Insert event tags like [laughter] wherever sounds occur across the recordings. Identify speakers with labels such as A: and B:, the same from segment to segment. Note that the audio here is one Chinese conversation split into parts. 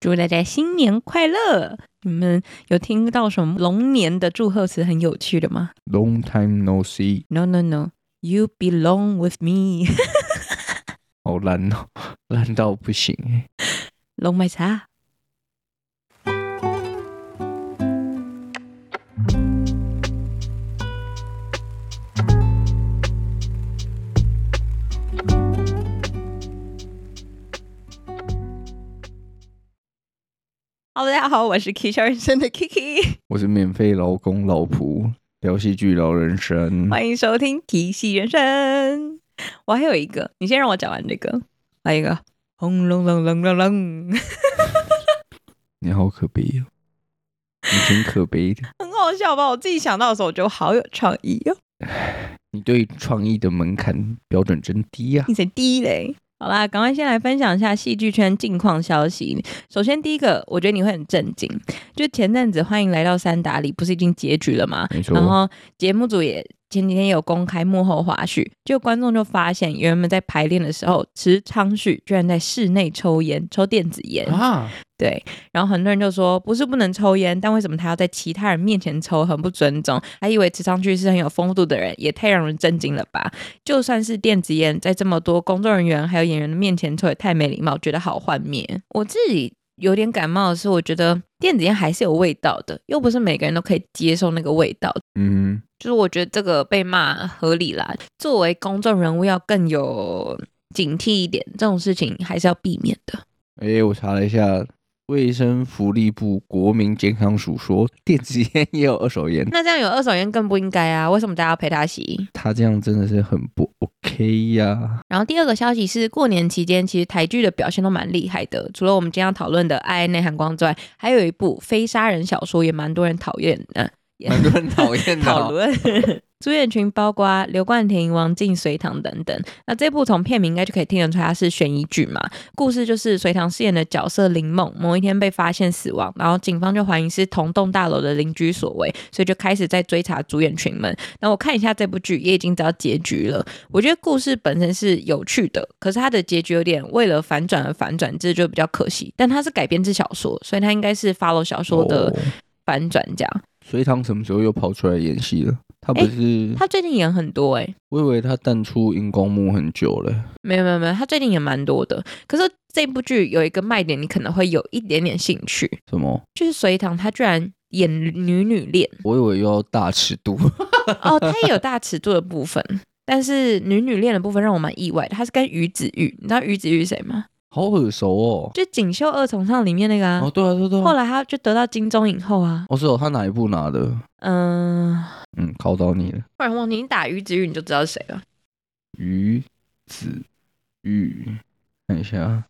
A: 祝大家新年快乐！你们有听到什么龙年的祝贺词很有趣的吗
B: Long time no see，
A: ？No No No，You belong with me，
B: 好烂哦，烂到不行欸。
A: [laughs] 龙买茶。Hello，大家好，我是 K 笑人生的 Kiki。
B: 我是免费劳工老仆，聊戏剧聊人生。
A: 欢迎收听《提戏人生》。我还有一个，你先让我讲完这个。来一个，轰隆隆隆隆隆，
B: 你好可悲哦，你挺可悲的。
A: 很好笑吧？我自己想到的时候，我觉得好有创意哦。
B: 你对创意的门槛标准真低啊！
A: 你才低嘞。好啦，赶快先来分享一下戏剧圈近况消息。首先，第一个，我觉得你会很震惊，就前阵子《欢迎来到三打里》不是已经结局了吗？
B: 没错哦
A: 然，后节目组也前几天有公开幕后花絮，就观众就发现，原本在排练的时候，池昌旭居然在室内抽烟，抽电子烟。
B: 啊，
A: 对，然后很多人就说，不是不能抽烟，但为什么他要在其他人面前抽，很不尊重。还以为池昌旭是很有风度的人，也太让人震惊了吧！就算是电子烟，在这么多工作人员还有演员的面前抽，也太没礼貌，觉得好幻灭。我自己。有点感冒的是，我觉得电子烟还是有味道的，又不是每个人都可以接受那个味道
B: 嗯，
A: 就是我觉得这个被骂合理啦。作为公众人物，要更有警惕一点，这种事情还是要避免的。
B: 哎、我查了一下，卫生福利部国民健康署说，电子烟也有二手烟，
A: 那这样有二手烟更不应该啊！为什么大家要陪他洗？
B: 他这样真的是很不 OK 呀、
A: 然后第二个消息是，过年期间其实台剧的表现都蛮厉害的，除了我们今天要讨论的《爱爱内涵光》之外，还有一部非杀人小说也蛮多人 [laughs] 讨厌的。也
B: 蛮多人讨厌的
A: 讨
B: 哦、
A: 论。 [laughs] 朱彦群包括刘冠廷、王静、隋唐等等。那这部从片名应该就可以听得出它是悬疑剧嘛。故事就是隋唐饰演的角色林梦，某一天被发现死亡，然后警方就怀疑是同栋大楼的邻居所为，所以就开始在追查主演群们。那我看一下这部剧，也已经知道结局了。我觉得故事本身是有趣的，可是它的结局有点为了反转而反转，这就比较可惜。但它是改编自小说，所以它应该是 follow 小说的
B: 哦
A: 反转这样。
B: 隋唐什么时候又跑出来演戏了？他不
A: 哎
B: 是，
A: 他最近演很多哎、
B: 我以为他淡出荧光幕很久了。
A: 没有没有没有，他最近也蛮多的。可是这部剧有一个卖点，你可能会有一点点兴趣，
B: 什么？
A: 就是隋唐他居然演女女
B: [laughs]
A: 恋
B: 我以为又要大尺度， [laughs]
A: 哦，他也有大尺度的部分，但是女女恋的部分让我蛮意外的。他是跟于子玉，你知道于子玉是谁吗？
B: 好耳熟哦。
A: 就《锦绣二重唱》里面那个啊。
B: 哦，对啊，对啊对啊
A: 后来他就得到金钟影后啊，
B: 哦，是哦，他哪一部拿的？
A: 嗯、
B: 嗯，考到你了。
A: 不然忘记你打于子玉你就知道是谁了。
B: 于子玉，看一下，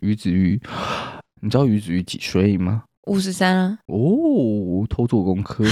B: 于子玉， [gasps] 你知道于子玉几岁吗？
A: 五十三啊，
B: 哦，偷做功
A: [laughs]
B: 课。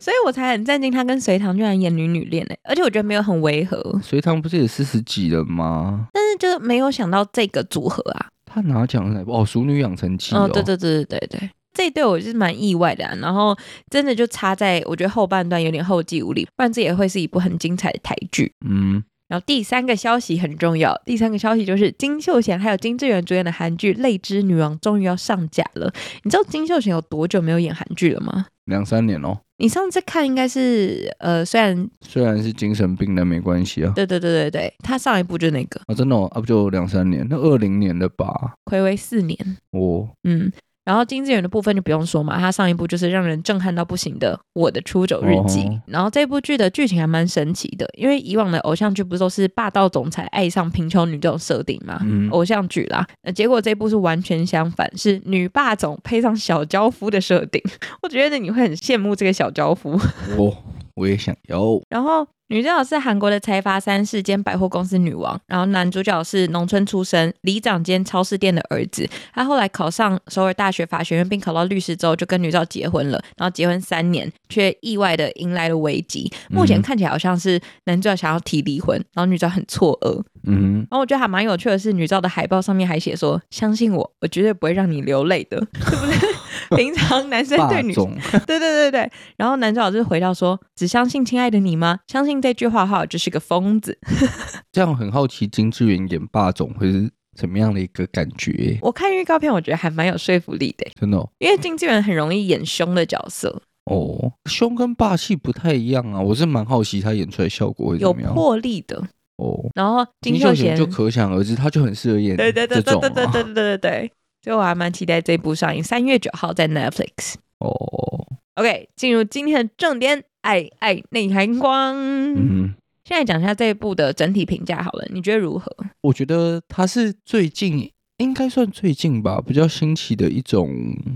A: 所以我才很震惊，他跟隋唐居然演女女恋呢、欸而且我觉得没有很违和，
B: 隋唐不是也四十几了吗？
A: 但是就是没有想到这个组合啊。
B: 他拿奖是哪部？哦，《熟女养成记》哦。
A: 嗯对对对对对对，这一对我是蛮意外的、啊。然后真的就差在我觉得后半段有点后继无力，不然这也会是一部很精彩的台剧。
B: 嗯，
A: 然后第三个消息很重要，第三个消息就是金秀贤还有金智媛主演的韩剧《泪之女王》终于要上架了。你知道金秀贤有多久没有演韩剧了吗？
B: 两三年哦。
A: 你上次看应该是呃，虽然
B: 虽然是精神病，但没关系啊。
A: 对对对对对，他上一部就是那个
B: 啊，真的哦，啊不就两三年？那二零年的吧？
A: 暌违四年，
B: 我
A: 嗯。然后金智媛的部分就不用说嘛，她上一部就是让人震撼到不行的《我的出走日记》
B: 哦
A: 然后这部剧的剧情还蛮神奇的，因为以往的偶像剧不都是霸道总裁爱上贫穷女这种设定嘛，
B: 嗯
A: 偶像剧啦。那结果这部是完全相反，是女霸总配上小娇夫的设定。 [laughs] 我觉得你会很羡慕这个小娇夫。
B: 我我也想要。
A: 然后女主角是韩国的财阀三世兼百货公司女王，然后男主角是农村出身里长兼超市店的儿子。他后来考上首尔大学法学院，并考到律师之后，就跟女主角结婚了。然后结婚三年，却意外的迎来了危机。目前
B: 嗯
A: 看起来好像是男主角想要提离婚，然后女主角很错愕。
B: 嗯
A: 然后我觉得还蛮有趣的是，女照的海报上面还写说：“相信我，我绝对不会让你流泪的。” [laughs] 是不是？ [laughs] 平常男生
B: 哼，霸
A: 对女
B: 总，
A: 对对对对，然后男主角就回到说：“只相信亲爱的你吗？相信这句话的话，我就是个疯子。
B: 这样很好奇金智媛演霸总会是怎么样的一个感觉？
A: 我看预告片，我觉得还蛮有说服力的，
B: 真的哦
A: 因为经纪人很容易演凶的角色，
B: 哦，凶跟霸气不太一样啊，我是蛮好奇他演出来效果会怎
A: 有
B: 么样。
A: 魄力的。
B: 哦，
A: 然后金
B: 金
A: 秀
B: 秀
A: 贤
B: 贤就可想而知，他就很适合演
A: 对对对
B: 这
A: 对
B: 种
A: 对对
B: 啊。
A: 对对对对，所以我还蛮期待这一部上映，三月九号在 Netflix。
B: 哦，
A: OK，进入今天的正点，爱爱内涵光。
B: 嗯哼，
A: 现在讲一下这一部的整体评价好了，你觉得如何？
B: 我觉得他是最近应该算最近吧，比较新奇的一种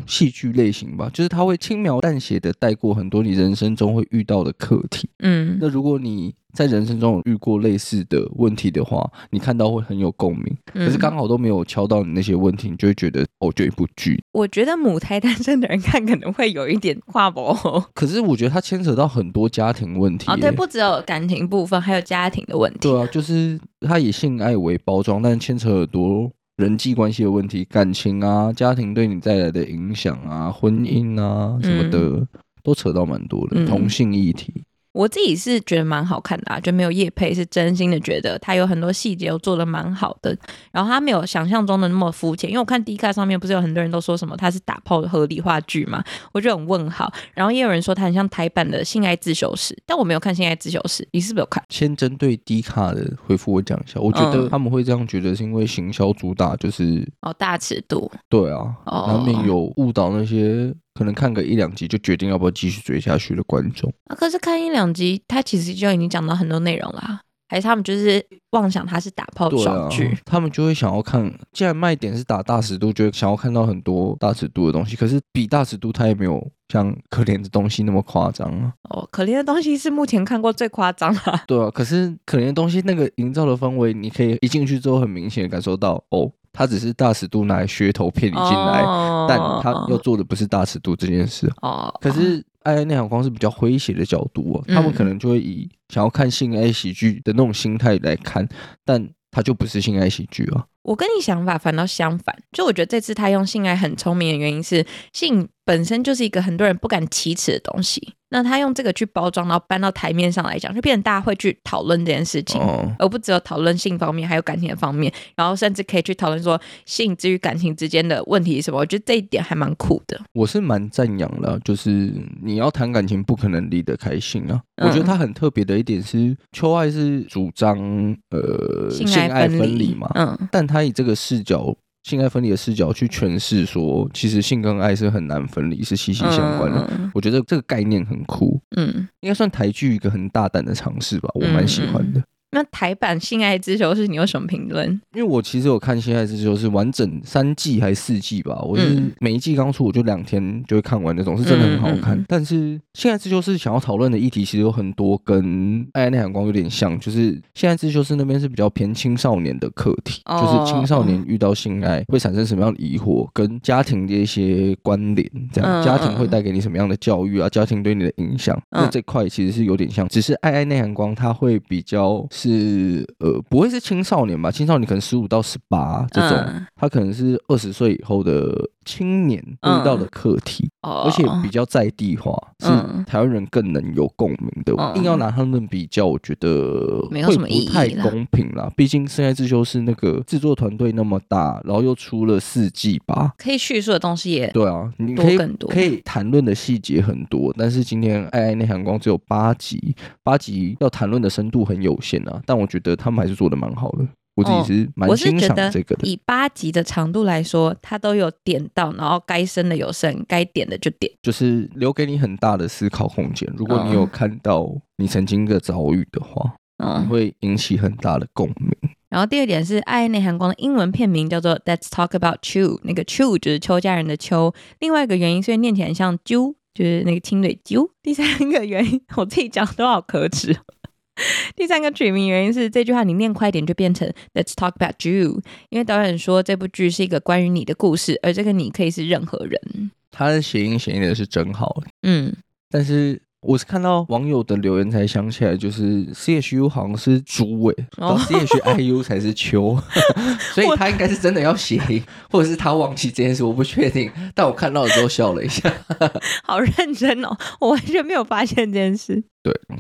B: 戏剧类型吧，就是他会轻描淡写的带过很多你人生中会遇到的课题。
A: 嗯
B: 那如果你在人生中有遇过类似的问题的话，你看到会很有共鸣。可是
A: 嗯
B: 刚好都没有敲到你那些问题，你就会觉得哦，就一部剧。
A: 我觉得母胎单身的人看可能会有一点跨博哦，啊
B: 可是我觉得它牵扯到很多家庭问题耶、
A: 对，不只有感情部分，还有家庭的问题。
B: 对啊，就是它以性爱为包装，但牵扯很多人际关系的问题、感情啊、家庭对你带来的影响啊、婚姻啊什么的，都扯到蛮多的、
A: 嗯
B: 同性议题。
A: 我自己是觉得蛮好看的啊，就没有叶配，是真心的觉得它有很多细节都做的蛮好的，然后它没有想象中的那么肤浅，因为我看 D 卡上面不是有很多人都说什么它是打炮的合理化剧嘛，我就很问号，然后也有人说它很像台版的《性爱自修室》，但我没有看《性爱自修室》，你是不是有看？
B: 先针对低卡的回复我讲一下，我觉
A: 嗯
B: 得他们会这样觉得，是因为行销主打就是
A: 哦，大尺度，
B: 对啊，
A: 哦
B: 难免有误导那些可能看个一两集就决定要不要继续追下去的观众。
A: 啊，可是看一两集，它其实就已经讲到很多内容啦，还是他们就是妄想它是打炮
B: 对
A: 爽
B: 啊
A: 剧？，
B: 他们就会想要看，既然卖点是打大尺度，就会想要看到很多大尺度的东西。可是比大尺度，它也没有像可怜的东西那么夸张啊。
A: 哦，可怜的东西是目前看过最夸张啦、
B: [laughs] 对啊，可是可怜的东西那个营造的氛围，你可以一进去之后很明显地感受到，哦，它只是大尺度拿来噱头骗你进来，
A: 哦
B: 但它要做的不是大尺度这
A: [laughs]
B: 件事啊。
A: 哦，
B: 可是爱爱内涵光是比较诙谐的角度哦，
A: 嗯
B: 他们可能就会以想要看性爱喜剧的那种心态来看，但它就不是性爱喜剧啊。
A: 我跟你想法反倒相反，就我觉得这次他用性爱很聪明的原因是，性本身就是一个很多人不敢启齿的东西，那他用这个去包装，然后搬到台面上来讲，就变成大家会去讨论这件事情。
B: 哦，
A: 而不只有讨论性方面，还有感情的方面，然后甚至可以去讨论说性之于感情之间的问题是什么，我觉得这一点还蛮酷的。
B: 我是蛮赞扬的啊，就是你要谈感情，不可能离得开性啊。
A: 嗯
B: 我觉得它很特别的一点是，秋爱是主张呃
A: 性爱分
B: 分离嘛，
A: 嗯
B: 但他以这个视角。性爱分离的视角去诠释说，其实性跟爱是很难分离，是息息相关的。
A: 嗯
B: 我觉得这个概念很酷，
A: 嗯，
B: 应该算台剧一个很大胆的尝试吧，我蛮喜欢的。
A: 那台版《性爱之囚》是你有什么评论？
B: 因为我其实有看《新爱之修》是完整三季还是四季吧，我是
A: 嗯
B: 每一季刚出我就两天就会看完那种，是真的很好看。
A: 嗯嗯嗯
B: 但是《新爱之修》是想要讨论的议题，其实有很多跟《爱爱内涵光》有点像，就是《新爱之修》是那边是比较偏青少年的课题，
A: 哦
B: 就是青少年遇到性爱会产生什么样的疑惑，跟家庭的一些关联，这样、
A: 嗯
B: 家庭会带给你什么样的教育啊，家庭对你的影响，
A: 嗯
B: 那这块其实是有点像，只是《爱爱内涵光》它会比较是呃，不会是青少年吧？青少年可能十五到十八这种，
A: 嗯
B: 他可能是二十岁以后的青年会遇到的课题，
A: 哦，
B: 而且比较在地化，
A: 嗯
B: 是台湾人更能有共鸣的。
A: 嗯
B: 硬要拿他们比较，我觉得
A: 没有什么意义
B: 会不太
A: 啦
B: 公平啦。毕竟《深爱之修》是那个制作团队那么大，然后又出了四季吧。
A: 可以叙述的东西也
B: 对啊，你
A: 多
B: 可以
A: 更多
B: 可以谈论的细节很多，但是今天《爱爱内涵光》只有八集，八集要谈论的深度很有限啊。但我觉得他们还是做的蛮好的，我自
A: 哦
B: 己是蛮
A: 我是
B: 欣
A: 觉
B: 赏
A: 得
B: 这个的。
A: 以八集的长度来说，它都有点到，然后该升的有升，该点的就点。
B: 就是留给你很大的思考空间。如果你有
A: 嗯
B: 看到你曾经的遭遇的话，你
A: 嗯，
B: 会引起很大的共鸣。
A: 然后第二点是《爱内涵光》的英文片名叫做《Let's Talk About Chu》，那个 Chu 就是邱家人的邱，另外一个原因是因为念起来很像啾，就是那个亲嘴啾。第三个原因，我自己讲都好可耻哦。第三个取名原因是这句话你念快一点就变成 Let's talk about you，因为导演说这部剧是一个关于你的故事，而这个你可以是任何人。
B: 它的谐音谐音的是真好，
A: 嗯，
B: 但是我是看到网友的留言才想起来，就是 C H U 好像是猪尾，然后 C H I U 才是秋， [laughs] 所以他应该是真的要谐音，或者是他忘记这件事，我不确定。但我看到的时候笑了一下，
A: 好认真哦，我完全没有发现这件事。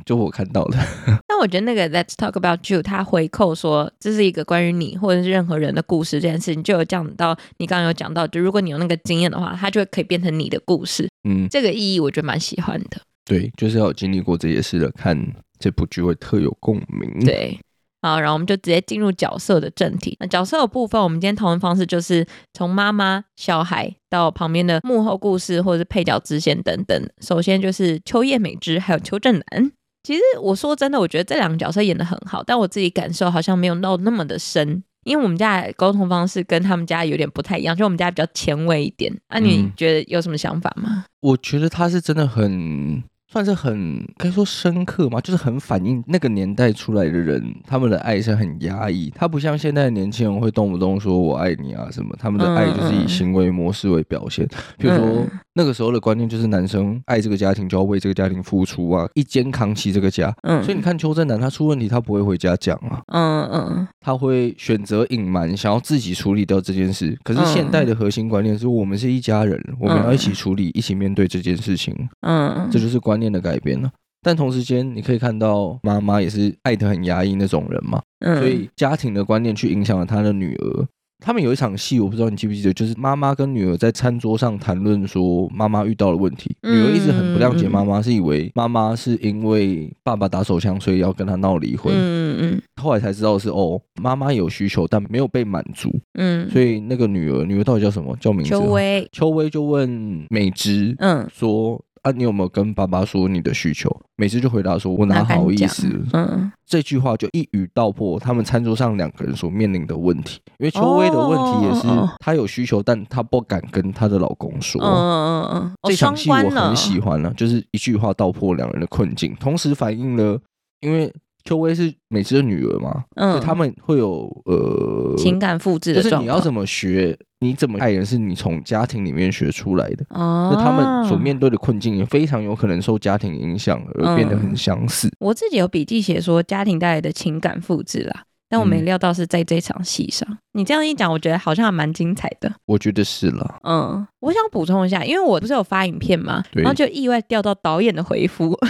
B: 就我看到的。
A: 但我觉得那个 Let's Talk About You，他回扣说这是一个关于你或者是任何人的故事这件事情，就有讲到你刚刚有讲到，就如果你有那个经验的话，它就会可以变成你的故事。
B: 嗯，
A: 这个意义我觉得蛮喜欢的。
B: 对，就是要有经历过这些事的，看这部剧会特有共鸣。，
A: 对。好，然后我们就直接进入角色的正题。那角色的部分，我们今天讨论方式就是从妈妈、小孩到旁边的幕后故事，或者是配角支线等等。首先就是秋叶美智还有邱正南。其实我说真的，我觉得这两个角色演的很好，但我自己感受好像没有到那么的深，因为我们家的沟通方式跟他们家有点不太一样，就我们家比较前卫一点。啊，你
B: 嗯
A: 觉得有什么想法吗？
B: 我觉得他是真的很。算是很该说深刻嘛，就是很反映那个年代出来的人，他们的爱是很压抑。他不像现在的年轻人会动不动说我爱你啊什么，他们的爱就是
A: 嗯嗯
B: 以
A: 嗯
B: 行为模式为表现。比如说
A: 嗯
B: 那个时候的观念就是男生爱这个家庭就要为这个家庭付出啊，一肩扛起这个家。
A: 嗯，
B: 所以你看邱正南他出问题，他不会回家讲啊，
A: 嗯嗯
B: 他会选择隐瞒，想要自己处理掉这件事。可是现代的核心观念是我们是一家人，我们要一起处理，一起面对这件事情，
A: 嗯，
B: 这就是观念的改变了。啊但同时间，你可以看到妈妈也是爱得很压抑那种人嘛，
A: 嗯
B: 所以家庭的观念去影响了她的女儿。他们有一场戏，我不知道你记不记得，就是妈妈跟女儿在餐桌上谈论说妈妈遇到了问题，
A: 嗯
B: 女儿一直很不谅解妈妈，是以为妈妈是因为爸爸打手枪，所以要跟她闹离婚。
A: 嗯嗯
B: 后来才知道是哦，妈妈有需求，但没有被满足，
A: 嗯，
B: 所以那个女儿，女儿到底叫什么？叫名字？
A: 邱。薇，
B: 秋薇就问美芝
A: 嗯
B: 说：“啊，你有没有跟爸爸说你的需求？”美芝就回答说：“我哪好意思。
A: 嗯”
B: 这句话就一语道破他们餐桌上两个人所面临的问题，因为秋薇的问题也是
A: 哦哦哦
B: 她有需求，但她不敢跟她的老公
A: 嗯
B: 说。
A: 嗯嗯，哦
B: 这场
A: 双
B: 戏
A: 关
B: 我
A: 了
B: 很喜欢了、就是一句话道破两人的困境，同时反映了，因为秋薇是美芝的女儿嘛，就
A: 嗯，
B: 他们会有呃，
A: 情感复制
B: 就
A: 的
B: 是
A: 状
B: 你要
A: 况，
B: 怎么学，你怎么爱人，是你从家庭里面学出来的。
A: 哦
B: 那，他们所。面对的困境也非常有可能受家庭影响而变得很
A: 嗯
B: 相似。
A: 我自己有笔记写说家庭带来的情感复制啦，但我没
B: 嗯
A: 料到是在这场戏上。你这样一讲，我觉得好像还蛮精彩的。
B: 我觉得是啦，
A: 嗯，我想补充一下，因为我不是有发影片嘛，
B: 对
A: 然后就意外调到导演的回复， [laughs]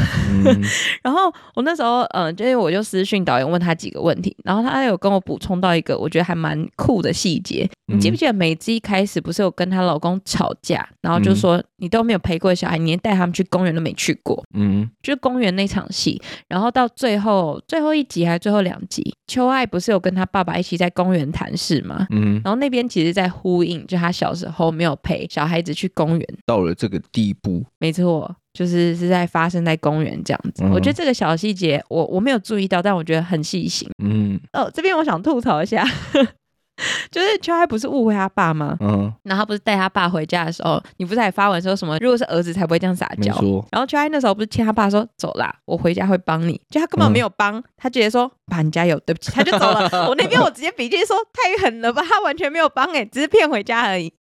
B: 嗯，
A: 然后我那时候，嗯、就是我就私讯导演问他几个问题，然后他有跟我补充到一个我觉得还蛮酷的细节。你记不记得梅子一开始不是有跟她老公吵架，然后就说、你都没有陪过小孩，你连带他们去公园都没去过，
B: 嗯
A: 就是公园那场戏。然后到最后最后一集还是最后两集，秋爱不是有跟她爸爸一起在公园谈事吗？
B: 嗯，
A: 然后那边其实在呼应，就她小时候没有陪小孩子去公园，
B: 到了这个地步，
A: 没错，就是是在发生在公园这样子。
B: 嗯
A: 我觉得这个小细节，我我没有注意到，但我觉得很细心。
B: 嗯
A: 哦，这边我想吐槽一下， [laughs] 就是秋爱不是误会他爸吗？
B: 嗯，
A: 然后他不是带他爸回家的时候，你不是还发文说什么？如果是儿子才不会这样撒
B: 没
A: 娇。
B: 错，
A: 然后秋爱那时候不是欠他爸说走啦，我回家会帮你，就他根本
B: 嗯
A: 没有帮，他直接说爸你加油，对不起，他就走了。我那边我直接笔记说太狠了吧，他完全没有帮哎、只是骗回家而已。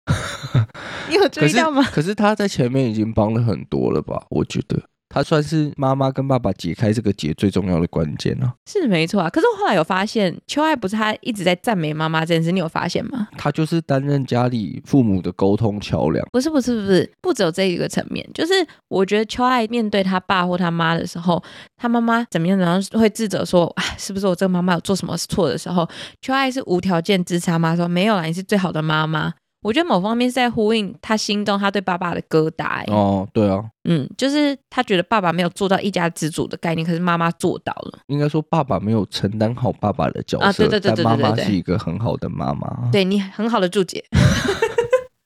A: 你有注
B: 可
A: 意
B: 是
A: 到吗？ [laughs]
B: 可是他在前面已经帮了很多了吧？我觉得他算是妈妈跟爸爸解开这个结最重要的关键啊。
A: 是没错啊，可是我后来有发现，秋爱不是她一直在赞美妈妈这件事，你有发现吗？
B: 他就是担任家里父母的沟通桥梁。
A: 不是不是不是，不只有这一个层面，就是我觉得秋爱面对她爸或她妈的时候，她妈妈怎么样，然后会自责说，哎，是不是我这个妈妈有做什么错的时候，秋爱是无条件支持她妈说，没有啦，你是最好的妈妈。我觉得某方面是在呼应她心中她对爸爸的疙瘩、欸，
B: 哦，对啊，
A: 嗯，就是她觉得爸爸没有做到一家之主的概念，可是妈妈做到了。
B: 应该说爸爸没有承担好爸爸的角色，
A: 啊对对对对
B: 但妈
A: 对
B: 妈
A: 对对
B: 是一个很好的妈妈。
A: 对你很好的注解，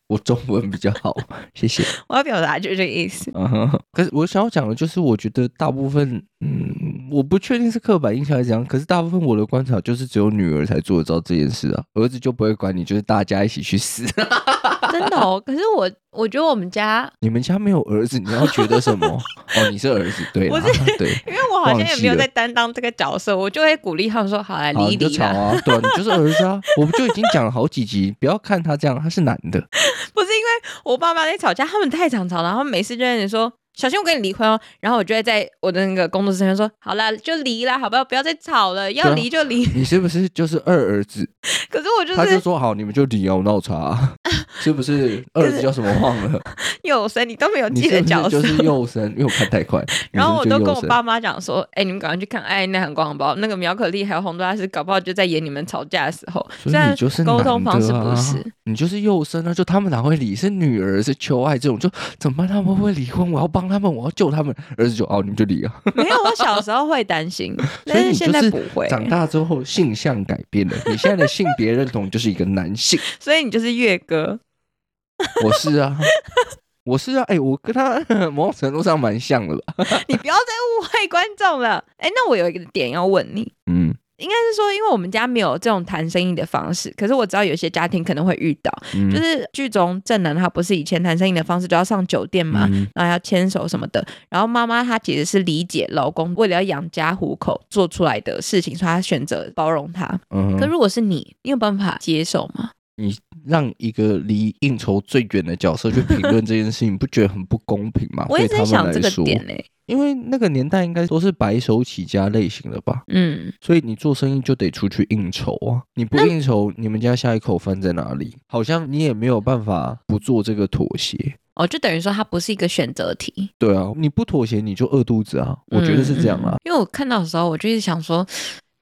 B: 我中文比较好，谢谢。
A: 我要表达就是这个意思。
B: 嗯哼，可是我想要讲的就是，我觉得大部分，嗯，我不确定是刻板印象还是怎样，可是大部分我的观察就是，只有女儿才做得到这件事啊，儿子就不会管你，就是大家一起去死。啊
A: 真的哦，可是我我觉得我们家，
B: [laughs] 你们家没有儿子，你要觉得什么？哦，你是儿子，对啦
A: 我是， [laughs]
B: 对，
A: [laughs] 因为我好像也没有
B: 忘记了
A: 在担当这个角色，我就会鼓励他们说：“好来
B: 好，
A: 理一
B: 你就
A: 理
B: 吵
A: 啦。
B: 啊，对啊，你就是儿子啊，我不就已经讲了好几集，不要看他这样，他是男的，”
A: 不是因为我爸妈在吵架，他们太常吵，然后每次就在那里说：“小心我跟你离婚
B: [laughs]
A: 哦。”然后我就会在我的那个工作室前说：“好啦，就离啦，好不好？不要再吵
B: [laughs]
A: 了，要离就离。
B: 你是不是就是二儿子？
A: 可是我就
B: 他就是说好，你们就离啊，我闹茶、 [laughs] 是
A: [laughs]
B: 不是？二儿子叫什么忘了？
A: 幼生，你都没有
B: [laughs] 你
A: 记得
B: 是不是
A: 角色。
B: 就是幼生？因为我看
A: [laughs]
B: 太快，
A: 然后我
B: 你
A: 都
B: 是不是
A: 跟
B: 就
A: 我
B: 幼生
A: 爸妈讲说，哎、你们赶快去看《爱那含光包》，那个苗可丽还有红豆大师，搞不好就在演你们吵架的时候。虽
B: 所以
A: 然
B: 你就是
A: 沟通方
B: 男的
A: 式不
B: 啊
A: 是，
B: 你就是幼生啊，就他们哪会理？是女儿是求爱这种，就怎么办？他们会不会离婚？我要帮他们，我要救他们。儿子就哦，你们就离啊。
A: [laughs] 没有，我小时候会担
B: [laughs]
A: 心，
B: 所
A: 但
B: 以你
A: 现
B: 就
A: 在
B: 是
A: 不会。
B: 长大之后性向改变了，你现在的性别认同就是一个男性。
A: 所以你就是月
B: [laughs]
A: 哥，
B: 我是啊，我是啊，哎、我跟他 [laughs] 某种程度上蛮像的吧？
A: 你不要再误会观众了。哎、那我有一个点要问你，
B: 嗯
A: 应该是说，因为我们家没有这种谈生意的方式，可是我知道有些家庭可能会遇到，
B: 嗯，
A: 就是剧中正男他不是以前谈生意的方式都要上酒店嘛，
B: 嗯
A: 然后要牵手什么的。然后妈妈她其实是理解老公为了要养家糊口做出来的事情，所以她选择包容他。
B: 嗯
A: 可
B: 哼，
A: 如果是你，你有办法接受吗？
B: 让一个离应酬最远的角色去评论这件事情，你不觉得很不公平吗？
A: 我一直
B: 哦
A: 在
B: 对他们
A: 想
B: 来
A: 这个
B: 说
A: 点，呢、欸
B: 因为那个年代应该都是白手起家类型的吧，
A: 嗯，
B: 所以你做生意就得出去应酬啊，你不应酬，你们家下一口饭在哪里？好像你也没有办法不做这个妥协。
A: 哦，就等于说它不是一个选择题。
B: 对啊，你不妥协你就饿肚子啊，我觉得是这样啊。
A: 嗯因为我看到的时候，我就一直想说，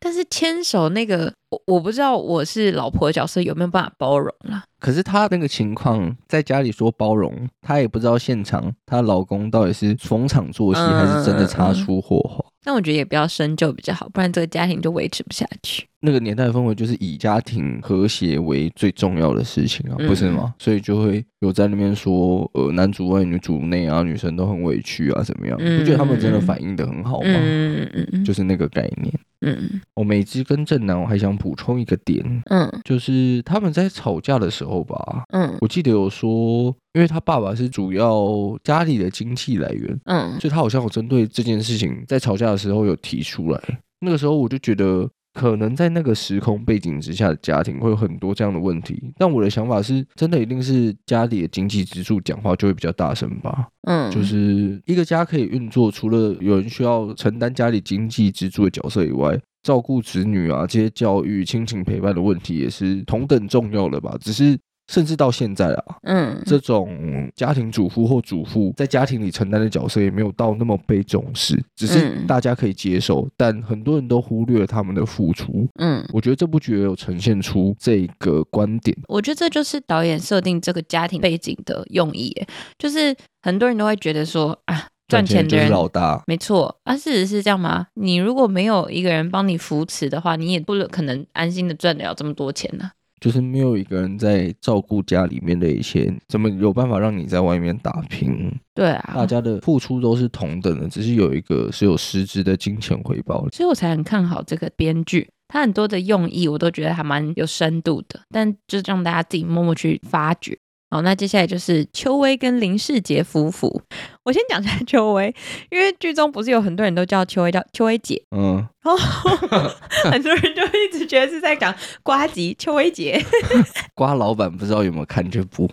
A: 但是牵手那个，我我不知道我是老婆的角色有没有办法包容啊啦。
B: 可是她那个情况，在家里说包容，她也不知道现场她老公到底是逢场作戏，
A: 嗯
B: 还是真的擦出火花。
A: 但我觉得也不要深究比较好，不然这个家庭就维持不下去。
B: 那个年代的氛围就是以家庭和谐为最重要的事情啊，
A: 嗯
B: 不是吗？所以就会有在那边说，呃，男主外女主内啊，女生都很委屈啊，怎么样？
A: 嗯
B: 不觉得他们真的反映的很好吗？
A: 嗯嗯嗯
B: 就是那个概念。
A: 嗯
B: 我每次跟正南，我还想补充一个点，
A: 嗯
B: 就是他们在吵架的时候吧，
A: 嗯
B: 我记得有说，因为他爸爸是主要家里的经济来源，
A: 嗯
B: 所以他好像有针对这件事情在吵架的时候有提出来。那个时候我就觉得，可能在那个时空背景之下的家庭会有很多这样的问题。但我的想法是，真的一定是家里的经济支柱讲话就会比较大声吧。
A: 嗯，
B: 就是一个家可以运作，除了有人需要承担家里经济支柱的角色以外，照顾子女啊这些教育、亲情陪伴的问题也是同等重要的吧。只是甚至到现在啊，
A: 嗯
B: 这种家庭主妇或主妇在家庭里承担的角色也没有到那么被重视，只是
A: 嗯
B: 大家可以接受，但很多人都忽略了他们的付出。
A: 嗯，
B: 我觉得这部剧也有呈现出这个观点，
A: 我觉得这就是导演设定这个家庭背景的用意耶，就是很多人都会觉得说啊，赚钱
B: 就
A: 的人
B: 是老大。
A: 没错啊，事实是这样吗？你如果没有一个人帮你扶持的话，你也不可能安心的赚得了这么多钱呢、
B: 就是没有一个人在照顾家里面的一些，怎么有办法让你在外面打拼？
A: 对
B: 大
A: 啊，
B: 家的付出都是同等的，只是有一个是有实质的金钱回报的。
A: 所以我才很看好这个编剧，他很多的用意我都觉得还蛮有深度的，但就是让大家自己默默去发掘。好，那接下来就是邱薇跟林世杰夫妇。我先讲一下邱薇，因为剧中不是有很多人都叫邱薇叫邱薇姐
B: 嗯，
A: 然后很多人就一直觉得是在讲瓜吉邱威杰，
B: 瓜老板不知道有没有看这部？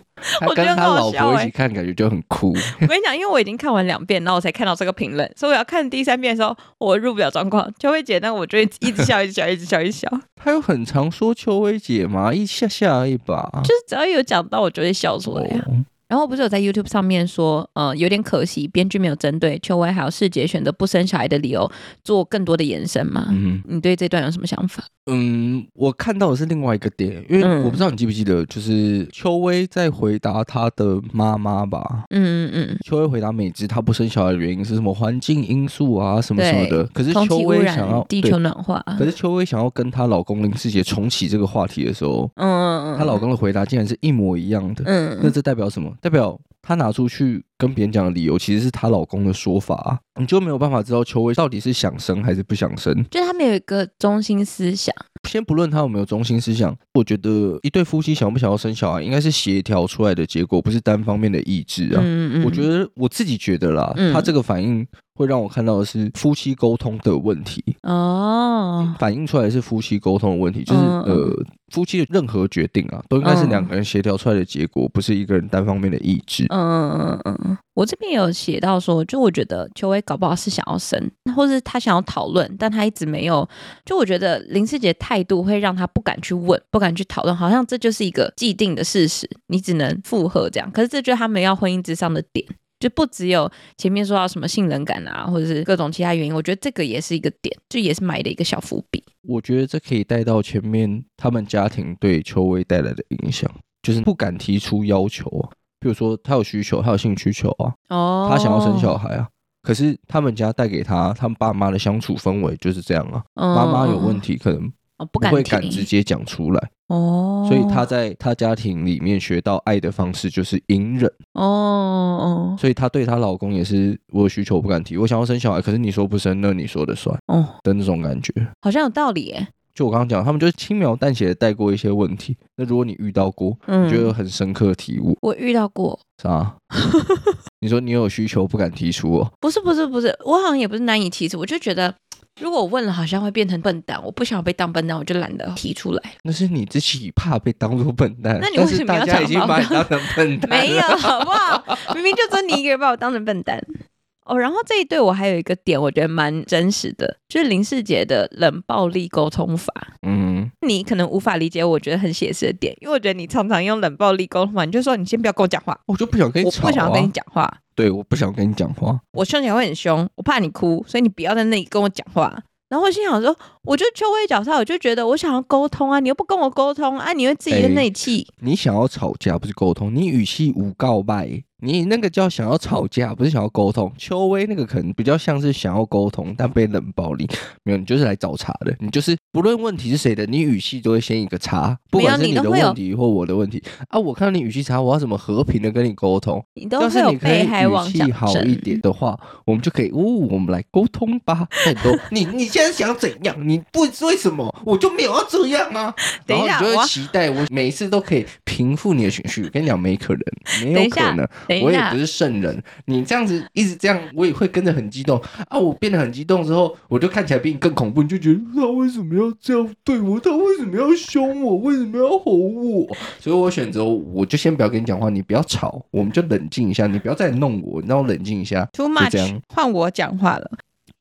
A: [laughs]
B: 他
A: 我觉
B: 跟
A: 得很
B: 他
A: 好
B: 老
A: 笑
B: 婆一
A: 欸
B: 起看，感觉就很酷。
A: 我跟你讲，因为我已经看完两遍，然后我才看到这个评论，所以我要看第三遍的时候，我入不了状况。邱威杰，那我就一直一直笑，一直笑，一直笑，一直笑， [laughs] 就
B: 他有很常说秋薇姐吗？一下下而已吧。
A: 是只要有讲到，我就会笑出来、啊。
B: 哦
A: 然后我不是有在 YouTube 上面说，呃，有点可惜，编剧没有针对邱威还有世杰选择不生小孩的理由做更多的延伸嘛？
B: 嗯
A: 你对这段有什么想法？
B: 嗯，我看到的是另外一个点，因为
A: 嗯
B: 我不知道你记不记得，就是秋薇在回答她的妈妈吧。
A: 嗯嗯
B: 秋薇回答美芝她不生小孩的原因是什么？环境因素啊，什么什么
A: 对
B: 的。可是
A: 嗯，空
B: 秋
A: 气污
B: 薇想
A: 染
B: 要，
A: 地
B: 对
A: 球暖化。
B: 可
A: 嗯
B: 是秋薇想要跟她老公林世杰重启这个话题的时候，
A: 嗯嗯，
B: 她老公的回答竟然是一模一样的。
A: 嗯，
B: 那这代表什么？代表她拿出去跟别人讲的理由，其实是她老公的说法、啊，你就没有办法知道秋薇到底是想生还是不想生。
A: 就是他们有一个中心思想，
B: 先不论她有没有中心思想，我觉得一对夫妻想不想要生小孩，应该是协调出来的结果，不是单方面的意志啊。
A: 嗯嗯，
B: 我觉
A: 得
B: 得我自己觉得啦，
A: 嗯
B: 她这个反应会让我看到的是夫妻沟通的问题，
A: 哦，
B: 反映出来是夫妻沟通的问题，就是
A: 嗯嗯
B: 呃，夫妻的任何决定啊，都应该是
A: 嗯
B: 两个人协调出来的结果，不是一个人单方面的意志。
A: 嗯嗯嗯嗯，我这边有写到说，就我觉得邱威搞不好是想要生，或是他想要讨论，但他一直没有。就我觉得林世杰态度会让他不敢去问，不敢去讨论，好像这就是一个既定的事实，你只能附和这样。可是这就是他们要婚姻之上的点。就不只有前面说到什么信任感啊，或者是各种其他原因，我觉得这个也是一个点，就也是埋的一个小伏笔。
B: 我觉得这可以带到前面他们家庭对邱薇带来的影响，就是不敢提出要求啊。比如说，他有需求，他有性需求啊，
A: 哦
B: 他想要生小，孩啊。可是他们家带给他，他们爸妈的相处氛围就是这样啊。妈
A: 妈
B: 妈有问，题，可能
A: 哦、嗯不
B: 不
A: 敢
B: 会
A: 提
B: 敢直接讲出来，
A: 哦，
B: 所以他在他家庭里面学到爱的方式就是隐忍。
A: 哦哦
B: 所以她对她老公也是，我有需求我不敢提，我想要生小孩，可是你说不生，那你说的算
A: 哦，
B: 的那种感觉。
A: 好像有道理耶。
B: 就我刚刚讲，他们就是轻描淡写的带过一些问题。那如果你遇到过，
A: 嗯，
B: 你觉得很深刻体悟
A: 我遇到过， [laughs]
B: 啥？你说你有需求不敢提出哦，
A: 不是不是不是，我好像也不是难以启齿，我就觉得 [sniffs] 如果我问了，好像会变成笨蛋，我不想被当笨蛋，我就懒得提出
B: [laughs]
A: 来。
B: 那是你自己怕被当做笨蛋。
A: 那你
B: 但
A: 为
B: 是
A: 什么
B: 大
A: 要
B: 家已
A: 讲
B: 经
A: 把我
B: 把你
A: 当
B: 当成
A: [laughs]
B: 笨蛋了？
A: 没有，好不好？明明就只有你一个人把我当成笨蛋。哦，然后这一对我还有一个点，我觉得蛮真实的，就是林世杰的冷暴力沟通法。
B: 嗯，
A: 你可能无法理解，我觉得很写实的点，因为我觉得你常常用冷暴力沟通法，你就说你先不要跟我讲话，
B: 我就不想跟你
A: 我
B: 吵、啊，
A: 不想要跟你，讲话，
B: 对，我不想跟你讲话。
A: 我凶起来会很凶，我怕你哭，所以你不要在那里跟我讲话。然后我心想说，我就秋薇角色，我就觉得我想要沟通啊，你又不跟我沟通啊，你会自己
B: 哎
A: 在那里气。
B: 你想要吵架不是沟通，你语气无告白，你那个叫想要吵架，不是想要沟通。邱薇那个可能比较像是想要沟通，但被冷暴力。没有，你就是来找茬的，你就是不论问题是谁的，你语气都会先一个差，不管是
A: 没有啊
B: 你
A: 你
B: 的
A: 都会有
B: 问题或我的问题啊。我看到你语气差，我要怎么和平的跟你沟通？
A: 你都
B: 要
A: 会
B: 是
A: 有
B: 你可以
A: 被害妄
B: 语
A: 想
B: 气好一
A: 症。
B: 点的话，我们就可以，哦，我们来沟通吧。很多，你你现在想怎样？你不为什么？我就没有要这样啊。
A: 等一下
B: 然后你
A: 我
B: 就会
A: 要
B: 期待我每一次都可以平复你的情绪。我跟你讲，没可能，没
A: 等
B: 有
A: 一下
B: 可能。
A: 等
B: 我
A: 一
B: 也
A: 下
B: 不，是圣人，你这样子一直这样，我也会跟着很激动啊！我变得很激动之后，我就看起来比你更恐怖，你就觉得他为什么要这样对我？他为什么要凶我？为什么要吼我？所以我选择，我就先不要跟你讲话，你不要吵，我们就冷静一下，你不要再弄我，你让我冷静一下。
A: too
B: 就这
A: much，
B: 样
A: 换我讲话了。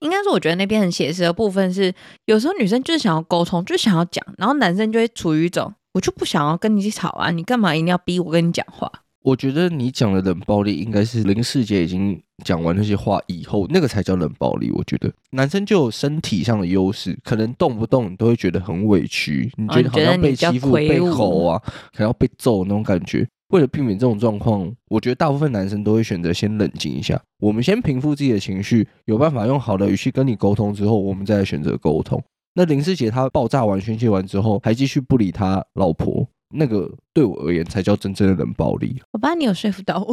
A: 应该说，我觉得那边很写实的部分是，有时候女生就是想要沟通，就是想要讲，然后男生就会处于一种我就不想要跟你一起吵啊，你干嘛一定要逼我跟你讲话？
B: 我觉得你讲的冷暴力应该是林世杰已经讲完那些话以后，那个才叫冷暴力。我觉得男生就有身体上的优势，可能动不动你都会觉得很委屈，你觉得好像被欺负、
A: 哦你觉得
B: 被
A: 你比较魁梧
B: 吼啊，可能要被揍那种感觉。为了避免这种状况，我觉得大部分男生都会选择先冷静一下，我们先平复自己的情绪，有办法用好的语气跟你沟通之后，我们再来选择沟通。那林世杰他爆炸完、宣泄完之后，还继续不理他老婆，那个对我而言才叫真正的冷暴力。
A: 我爸，你有说服到我，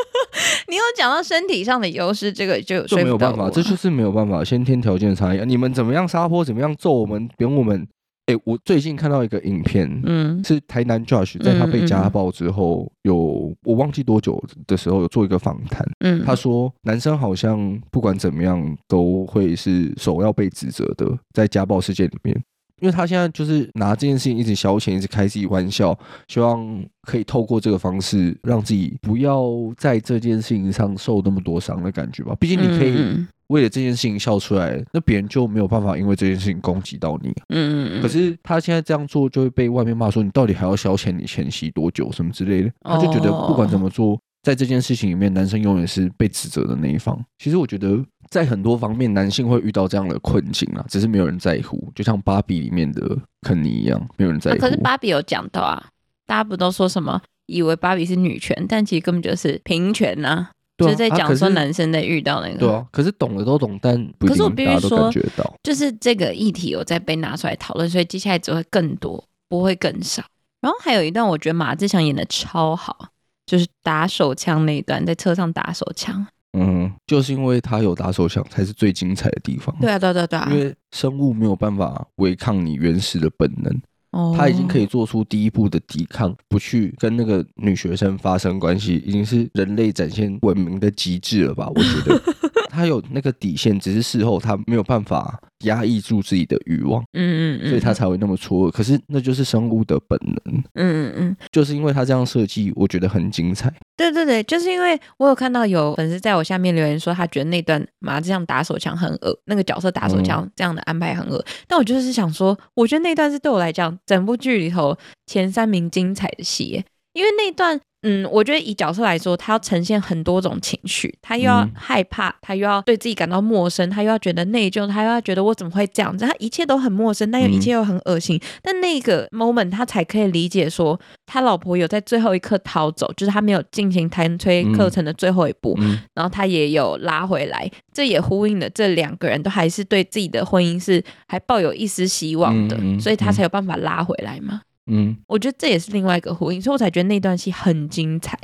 A: [laughs] 你有讲到身体上的优势，这个就有
B: 就
A: 说
B: 没有
A: 服到
B: 办
A: 我。啊
B: 法，这就是没有办法，先天条件的差异 [laughs] 啊。你们怎么样撒泼，怎么样揍我们，连我们，哎、我最近看到一个影片，
A: 嗯
B: 是台南 Josh 在他
A: 嗯
B: 被
A: 嗯
B: 家
A: 嗯
B: 暴之后，有我忘记多久的时候有做一个访谈，
A: 嗯，
B: 他说男生好像不管怎么样都会是首要被指责的，在家暴事件里面。因为他现在就是拿这件事情一直消遣，一直开自己玩笑，希望可以透过这个方式让自己不要在这件事情上受那么多伤的感觉吧。毕竟你可以
A: 嗯
B: 为了这件事情笑出来，那别人就没有办法因为这件事情攻击到你。
A: 嗯嗯，
B: 可是他现在这样做，就会被外面骂说你到底还要消遣你前妻多久什么之类的。他就觉得不管怎么做，
A: 哦
B: 在这件事情里面，男生永远是被指责的那一方。其实我觉得在很多方面，男性会遇到这样的困境啊，只是没有人在乎，就像芭比里面的肯尼一样，没有人在
A: 啊
B: 乎。
A: 可是芭比有讲到啊，大家不都说什么以为芭比是女权，但其实根本就是平权呐、
B: 对啊
A: 就是在
B: 啊
A: 讲
B: 可
A: 说
B: 是
A: 男生在遇到那个。
B: 对啊，可是懂的都懂，但不一
A: 可是我
B: 定
A: 必须
B: 大家都感
A: 说
B: 觉得到。
A: 就是这个议题有在被拿出来讨论，所以接下来只会更多，不会更少。然后还有一段，我觉得马志祥演的超好，就是打手枪那一段，在车上打手枪。
B: 嗯，就是因为他有打手枪，才是最精彩的地方。
A: 对啊，对啊，对啊，对啊
B: 因。为生物没有办法违抗你原始的本能，
A: 哦
B: 他已经可
A: 以，
B: 以做出第一步的抵抗，不去跟那个
A: [laughs]
B: 女学生发生关系，已经是人类展现文明的极致了吧？我觉得，他有那个底线，只是事后他没有办法压抑住自己的欲望，
A: 嗯嗯嗯，
B: 所以他才会那么错愕。可是那就是生物的本能，
A: 嗯嗯嗯，
B: 就是因为他这样设计，我觉得很精彩。
A: 对对对，就是因为我有看到有粉丝在我下面留言说，他觉得那段麻将打手枪很恶，那个角色打
B: 嗯
A: 手枪这样的安排很恶。但我就是想说，我觉得那段是对我来讲整部剧里头前三名精彩的戏耶，因为那段。嗯，我觉得以角色来说，他要呈现很多种情绪，他又要
B: 嗯
A: 害怕，他又要对自己感到陌生，他又要觉得内疚，他又要觉得我怎么会这样子，他一切都很陌生，但又
B: 嗯
A: 一切又很恶心。但那个 moment 他才可以理解说，他老婆有在最后一刻逃走，就是他没有进行弹吹课程的最后一步，
B: 嗯，
A: 然后他也有拉回来，这也呼应了这两个人都还是对自己的婚姻是还抱有一丝希望的，
B: 嗯嗯
A: 所以他
B: 嗯
A: 才有办法拉回来嘛。
B: 嗯，
A: 我觉得这也是另外一个呼应，所以我才觉得那段戏很精彩。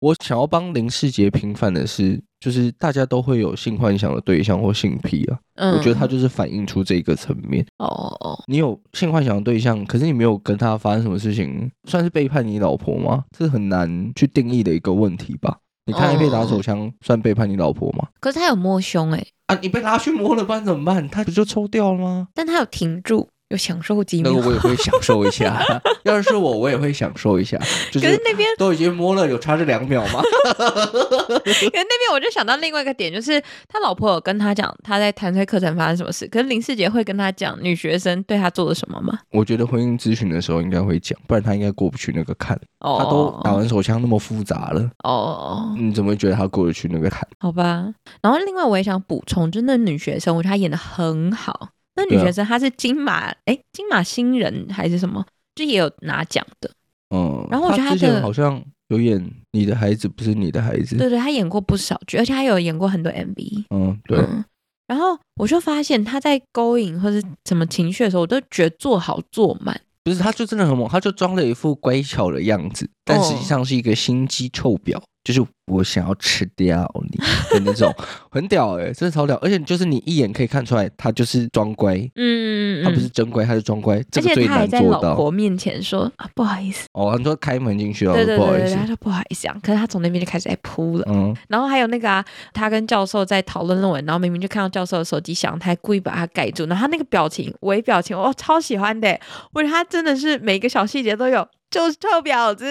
B: 我想要帮林世杰平反的是，就是大家都会有性幻想的对象或性癖啊，
A: 嗯，
B: 我觉得他就是反映出这个层面。
A: 哦哦哦，
B: 你有性幻想的对象，可是你没有跟他发生什么事情，算是背叛你老婆吗？这是很难去定义的一个问题吧。你看
A: 哦
B: 你被打手枪，算背叛你老婆吗？
A: 可是他有摸胸哎、
B: 啊，你被拉去摸了，不然怎么办？他不就抽掉了吗？
A: 但他有停住，有享受几
B: 那
A: 秒。
B: 个我也会享受一 [laughs] 下，要是我我也会享受 [laughs] 一下，就
A: 可
B: 是
A: 是那边，
B: 都已经摸了，有差这两秒吗？ [laughs]
A: 可是那边，我就想到另外一个点，就是他老婆有跟他讲他在弹吹课程发生什么事，可是林世杰会跟他讲女学生对他做了什么吗？
B: 我觉得婚姻咨询的时候应该会讲，不然他应该过不去那个坎。
A: 哦，
B: 他嗯都打完手枪那么复杂了，
A: 哦哦，哦
B: 你怎么会觉得他过得去那个坎？
A: 好吧。然后另外我也想补充，就那女学生，我觉得她演的很好。那女
B: 对啊
A: 学生她是金马，哎、金马新人还是什么，就也有拿奖的。
B: 嗯，
A: 然后我觉得他
B: 之前
A: 的
B: 好像有演《你的孩子不是你的孩子》，
A: 对对，她演过不少剧，而且她有演过很多 MV。
B: 嗯，对，
A: 嗯然后我就发现她在勾引或是什么情绪的时候，我都觉得做好做满。
B: 不是，他就真的很猛，他就装了一副乖巧的样子，但实
A: 哦
B: 际上是一个心机臭婊，就是我想要吃掉
A: [laughs]
B: 你的那种，很屌哎、真的超屌，而且就是你一眼可以看出来，他就是装乖。
A: 嗯，嗯
B: 他不是。真乖，他是装乖，这
A: 而
B: 个
A: 且
B: 最
A: 她还
B: 难
A: 在
B: 做
A: 老
B: 到。
A: 婆面前说啊，不好意思，
B: 哦，你说开门进去了，
A: 对对
B: 不好
A: 对
B: 意
A: 对，
B: 思
A: 她，说不好意思啊。可是她从那边就开始在扑了。
B: 嗯，
A: 然后还有那个啊，他跟教授在讨论论文，然后明明就看到教授的手机响，他还故意把它盖住，然后他那个表情微表情，我、超喜欢的，欸我觉得他真的是每个小细节都有，就是臭婊子。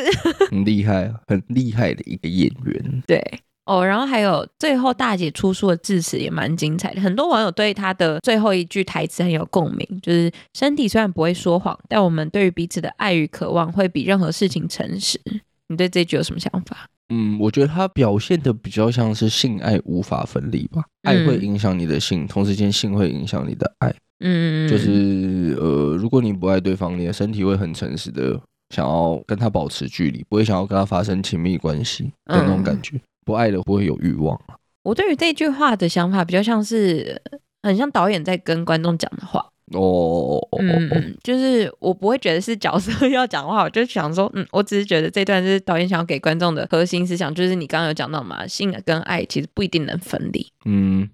B: 很厉害啊，很厉害的一个演员。
A: 对。哦，然后还有最后大姐出书的致辞也蛮精彩的，很多网友对她的最后一句台词很有共鸣，就是身体虽然不会说谎，但我们对于彼此的爱与渴望会比任何事情诚实。你对这句有什么想法？
B: 嗯，我觉得他表现的比较像是性爱无法分离吧，爱
A: 嗯
B: 会影响你的性，同时间性会影响你的爱。
A: 嗯，
B: 就是呃，如果你不爱对方，你的身体会很诚实的想要跟他保持距离，不会想要跟他发生亲密关系的那种感
A: 嗯
B: 觉。不爱的不会有欲望啊，
A: 我对于这句话的想法比较像是，呃很像导演在跟观众讲的话。
B: 哦哦哦
A: 嗯
B: 哦，
A: 嗯，就是我不会觉得是角色 [laughs] 要讲话，我就想说，嗯，我只是觉得这段是导演想要给观众的核心思想，就是你刚刚有讲到嘛，性跟爱其实不一定能分离，
B: 嗯，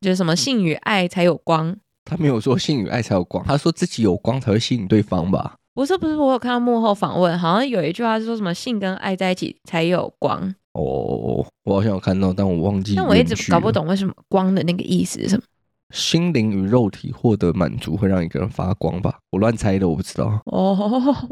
A: 就是什么性与爱才有光。
B: 他没有说性与爱才有光，他说自己有光才会吸引对方吧？
A: 不是不是，我有看到幕后访问，好像有一句话是说什么性跟爱在一起才有光，
B: 哦哦，哦我好像有看到，但我忘记。
A: 但我一直搞不。懂为什么光的那个意思是什么。
B: 心灵与肉体获得满足会让一个人发光吧？我乱猜的，我不知道。
A: 哦，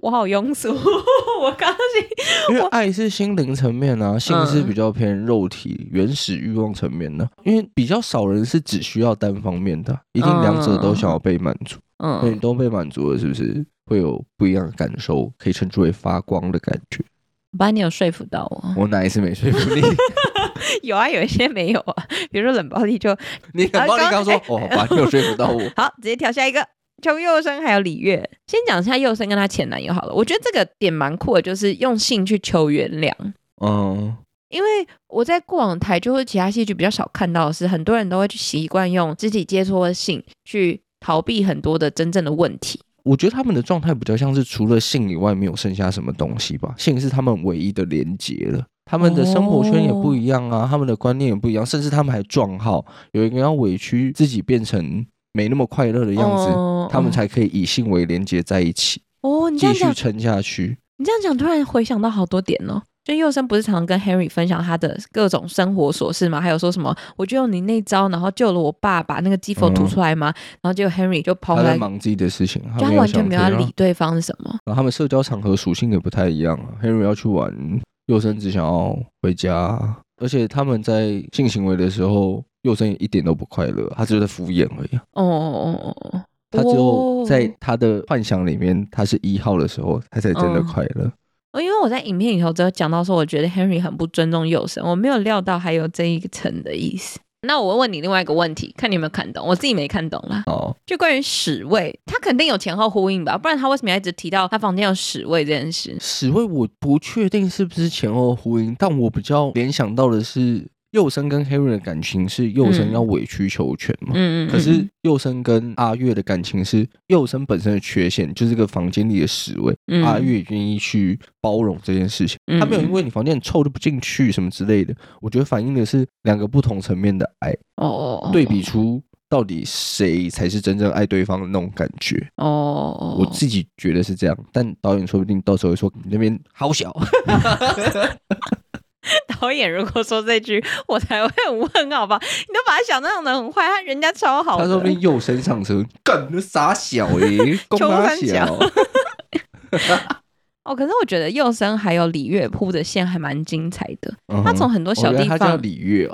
A: 我好庸俗， [laughs] 我嗯刚刚是
B: 因为爱是心灵层面啊，性是比较偏肉体、原始欲望层面的、因为比较少人是只需要单方面的，一定两者都想要被满足。那、
A: [laughs] 嗯
B: 你都被满足了，是不是会有不一样的感受？可以称之为发光的感觉。
A: 我把你有说服到我，
B: 我哪一次没说服你？
A: [laughs]
B: [laughs]
A: 有啊，有一些没有啊，比如说冷暴力就
B: 你很暴力
A: [laughs]
B: 刚说
A: 啊，
B: 哦，好吧，你有说服到我。
A: 好，直接跳下一个。邱佑生还有李月，先讲一下佑生跟她前男友好了。我觉得这个点蛮酷的，就是用性去求原谅。
B: 嗯，
A: 因为我在过往台剧或其他戏剧比较少看到的是，很多人都会去习惯用肢体接触或性去逃避很多的真正的问题。
B: 我觉得他们的状态比较像是除了性以外没有剩下什么东西吧，性是他们唯一的连接了。他们的生活圈也不一样
A: 哦
B: 啊，他们的观念也不一样，甚至他们还撞号，有一个要委屈自己变成没那么快乐的样子，
A: 哦
B: 他们才可以以性为连接在一起，
A: 哦，你这
B: 继
A: 样
B: 续
A: 讲，
B: 撑下去。
A: 你这样讲，突然回想到好多点哦。就佑生不是常常跟 Henry 分享他的各种生活琐事吗？还有说什么我就用你那招，然后救了我爸，把那个鸡佛吐出来吗？然后结果 Henry 就抛
B: 嗯他
A: 回
B: 在
A: 来，
B: 忙自己的事情，
A: 就他
B: 没有
A: 完全
B: 想
A: 没有要
B: 听啊
A: 理对方是什么。
B: 然后他们社交场合属性也不太一样啊。Henry 要去玩，佑生只想要回家，而且他们在性行为的时候，佑生也一点都不快乐，他只是在敷衍而已啊。
A: 哦哦哦哦，
B: 他只有在
A: 哦
B: 他的幻想里面，他是一号的时候，他才真的
A: 嗯
B: 快乐。
A: 哦，因为我在影片里头只有讲到说，我觉得 Henry 很不尊重佑生，我没有料到还有这一层的意思。那我问你另外一个问题，看你有没有看懂？我自己没看懂啦。
B: 哦，
A: 就关于屎味，他肯定有前后呼应吧？不然他为什么要一直提到他房间有屎味这件事？
B: 史慧我不确定是不是前后呼应，但我比较联想到的是佑生跟 Henry 的感情是佑生
A: 嗯
B: 要委曲求全嘛。
A: 嗯嗯嗯。
B: 可是佑生跟阿月的感情是佑生本身的缺陷，就是这个房间里的屎味。
A: 嗯
B: 阿月也愿意去包容这件事情，
A: 嗯
B: 他没有因为你房间很臭就不进去什么之类的。我觉得反映的是两个不同层面的爱，
A: 哦哦哦
B: 对比出到底谁才是真正爱对方的那种感觉。
A: 哦哦，哦 [laughs]
B: 我自己觉得是这样，但导演说不定到时候会说你那边好
A: [laughs]
B: 小，
A: 导演如果说这句，我才会很问好吧？你都把他想象的很坏，他人家超好
B: 他
A: 的。
B: 说不定右身上车，干那傻小诶、公
A: 秋
B: 他
A: 三
B: 小，
A: [laughs] 哦，可是我觉得佑生还有李月铺的线还蛮精彩的。
B: 嗯
A: 他从很多小
B: 哦原
A: 地
B: 来他叫
A: 方，
B: 李月哦，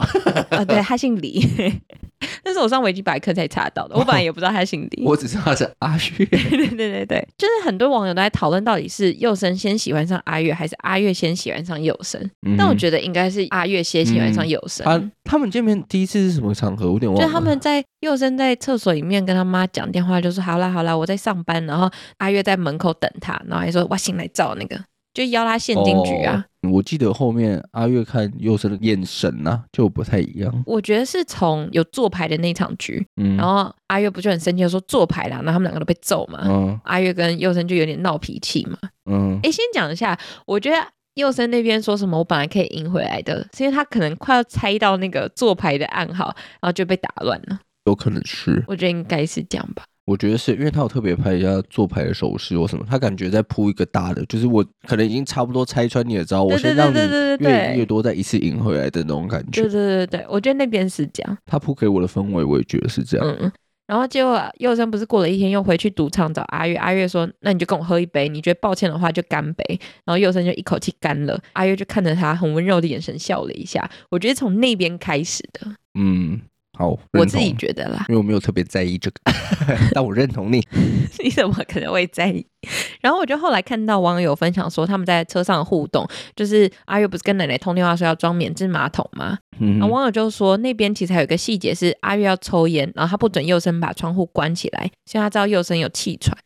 A: 啊，对他姓李， [laughs] 那是我上维基百科才查到的。我本来也不知道他姓李。
B: 哦我只知道他是阿月。
A: [laughs] 对对对对，就是很多网友都在讨论到底是佑生先喜欢上阿月，还是阿月先喜欢上佑生。 [laughs] 但我
B: 得
A: 觉得应该是阿月先喜欢上佑生。
B: 嗯他他们见面第一次是什么场合？我有点忘
A: 就
B: 了。
A: 他们在佑生在厕所里面跟他妈讲电话，就说好啦好啦，我在上班，然后阿月在门口等他，然后还说哇醒来照那个，就邀他现金局啊。
B: 哦我记得后面阿月看佑生的眼神呐、就不太一样。
A: 我觉得是从有做牌的那场局，
B: 嗯，
A: 然后阿月不就很生气地说做牌啦，然后他们两个都被揍嘛。
B: 嗯
A: 阿月跟佑生就有点闹脾气嘛。
B: 嗯，
A: 诶，先讲一下，我觉得佑生那边说什么我本来可以赢回来的，是因为他可能快要猜到那个做牌的暗号，然后就被打乱了。
B: 有可能是，
A: 我觉得应该是这样吧。
B: 我觉得是因为他有特别拍一下做牌的手势或什么，他感觉在铺一个大的，就是我可能已经差不多拆穿你的招，我
A: 对对
B: 先让你
A: 对对对对
B: 越
A: 对
B: 赢越多，再一次赢回来的那种感
A: 对
B: 觉
A: 对。对对，对我觉得那边是这样。
B: 他铺给我的氛围，我也觉得是这样。
A: 嗯，然后结果佑生不是过了一天又回去赌场找阿月，阿月说：“那你就跟我喝一杯，你觉得抱歉的话就干杯。”然后佑生就一口气干了，阿月就看着他很温柔的眼神笑了一下。我觉得从那边开始的，
B: 嗯，好，
A: 我
B: 认
A: 自己
B: 同
A: 觉得啦，
B: 因为我没有特别在意
A: [laughs]
B: 这个，但我认同你。
A: 你怎么可能会在意？ [laughs] 然后我就后来看到网友分享说他们在车上的互动，就是阿月不是跟奶奶通电话说要装免治马桶吗？
B: 嗯
A: 然后
B: 哼，
A: 网友就说，那边其实还有一个细节是阿月要抽烟，然后他不准佑生把窗户关起来，所以他知道佑生有气喘。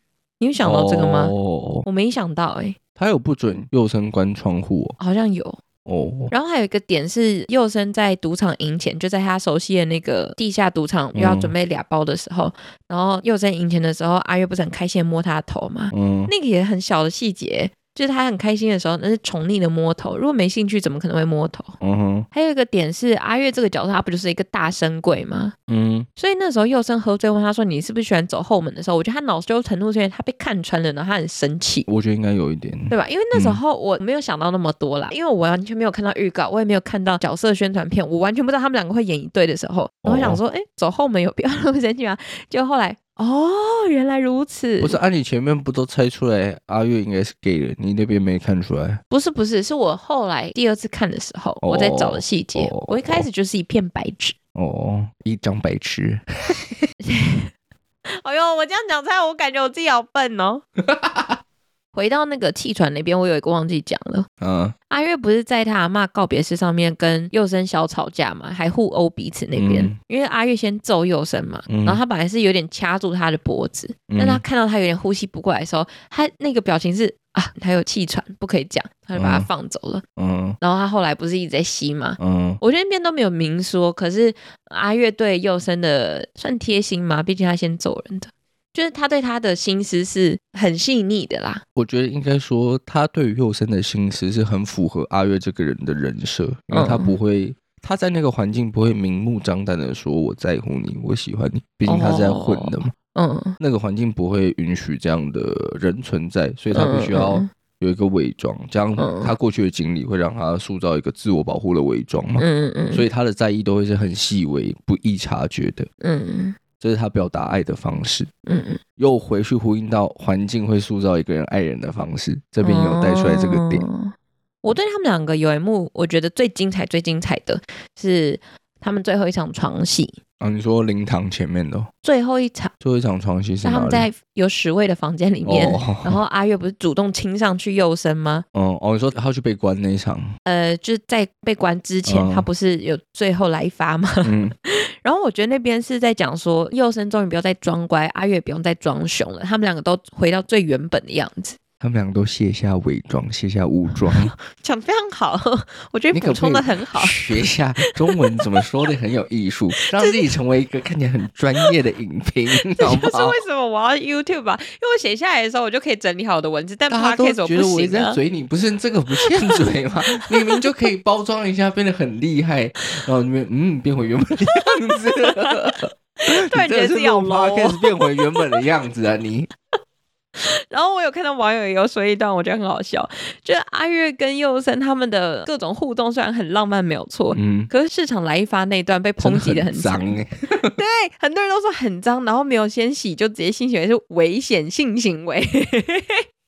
A: 你有想到这个吗？
B: 哦，
A: 我没想到哎、
B: 他有不准右生关窗户
A: 好像有。
B: 哦。哦
A: 然后还有一个点是，佑生在赌场赢钱，就在他熟悉的那个地下赌场
B: 嗯
A: 又要准备俩包的时候，然后佑生赢钱的时候，阿月不是很开心的摸他的头吗？
B: 嗯，
A: 那个也很小的细节，就是他很开心的时候，那是宠溺的摸头。如果没兴趣，怎么可能会摸头？
B: 嗯哼，
A: 还有一个点是，阿月这个角色他不就是一个大神鬼吗？
B: 嗯，
A: 所以那时候佑生喝醉问他说：“你是不是喜欢走后门的时候？”我觉得他恼羞成怒，是因为他被看穿了，然后他很生气，
B: 我觉得应该有一点。
A: 对吧？因为那时候我没有想到那么多啦，因为我完全没有看到预告，我也没有看到角色宣传片，我完全不知道他们两个会演一对的时候，我想说：“哎、走后门有必要那么生气吗？”就后来哦，原来如此，
B: 不是，按、你前面不都猜出来阿月应该是 gay 了，你那边没看出来？
A: 不是不是，是我后来第二次看的时候，
B: 哦
A: 我在找的细节，
B: 哦
A: 我一开始就是一片白纸。
B: 哦，一张白痴。
A: [laughs] 哎呦，我这样讲出来，我感觉我自己好笨哦。 [laughs] 回到那个气喘那边，我有一个忘记讲了。
B: 嗯
A: 阿月不是在他阿嬷告别式上面跟佑生小吵架嘛，还互殴彼此那边，
B: 嗯
A: 因为阿月先揍佑生嘛，
B: 嗯
A: 然后他本来是有点掐住他的脖子，
B: 嗯
A: 但他看到他有点呼吸不过来的时候，他那个表情是啊，他有气喘，不可以讲，他就把他
B: 嗯
A: 放走了。
B: 嗯
A: 然后他后来不是一直在吸嘛，
B: 嗯，
A: 我觉得那边都没有明说，可是阿月对佑生的算贴心嘛，毕竟他先走人的，就是他对他的心思是很细腻的啦。
B: 我觉得应该说他对于佑生的心思是很符合阿月这个人的人设，因为他
A: 嗯
B: 不会。他在那个环境不会明目张胆的说我在乎你，我喜欢你，毕竟他是在混的嘛。
A: 嗯，
B: 那个环境不会允许这样的人存在，所以他必须
A: 嗯嗯
B: 要
A: 嗯
B: 有一个伪装，这样
A: 嗯
B: 他过去的经历会让他塑造一个自我保护的伪装嘛，
A: 嗯嗯
B: 所以他的在意都会是很细微、不易察觉的，
A: 嗯
B: 这是他表达爱的方式。
A: 嗯嗯，
B: 又回去呼应到环境会塑造一个人爱人的方式，这边有带出来这个点。
A: 哦我对他们两个有一幕，我觉得最精彩、最精彩的是他们最后一场床戏，
B: 啊，你说灵堂前面的哦
A: 最后一场。
B: 最后一场床戏是
A: 那他
B: 哪
A: 们
B: 里？
A: 在有十位的房间里面，
B: 哦
A: 然后阿月不是主动亲上去幼生吗？
B: 嗯哦，你说他去被关那
A: [laughs]
B: 一场，
A: 呃，就是在被关之前，
B: 嗯
A: 他不是有最后来一发吗？
B: 嗯
A: 然后我觉得那边是在讲说，幼生终于不要再装乖，阿月也不用再装熊了，他们两个都回到最原本的样子，
B: 他们两个都卸下伪装，卸下武装，
A: 讲得非常好， [laughs] 我觉得
B: 你可
A: 补
B: 不可以
A: 充的很 [laughs] 好。
B: 学一下中文怎么说的很有
A: [laughs]
B: 艺术，让自己成为一个看起来很专业的影评，
A: 这
B: 好不
A: 就是
B: 好
A: 为？什么我要 YouTube 吧，因为我写下来的时候，我就可以整理好我的文字，但
B: 大家都
A: Podcast 我
B: 觉得
A: 不
B: 我一直
A: 行
B: 在
A: 啊。
B: 嘴你，不是这个不欠嘴
A: [laughs]
B: 吗？明明就可以包装一下，变得很厉害，然后你们嗯变回原本的样子了。
A: [laughs] 突然觉得自己好 low 哦
B: 开始变回原本的样子
A: [laughs]
B: 啊！你
A: 然后我有看到网友也有说一段，我觉得很好笑，就是阿月跟佑生他们的各种互动虽然很浪漫，没有错。
B: 嗯，
A: 可是市场来一发那一段被抨击的很
B: 真的
A: 欸
B: 很脏
A: 惨，
B: 哎、
A: 对，很多人都说很脏，然后没有先洗就直接性行为是危险性行为，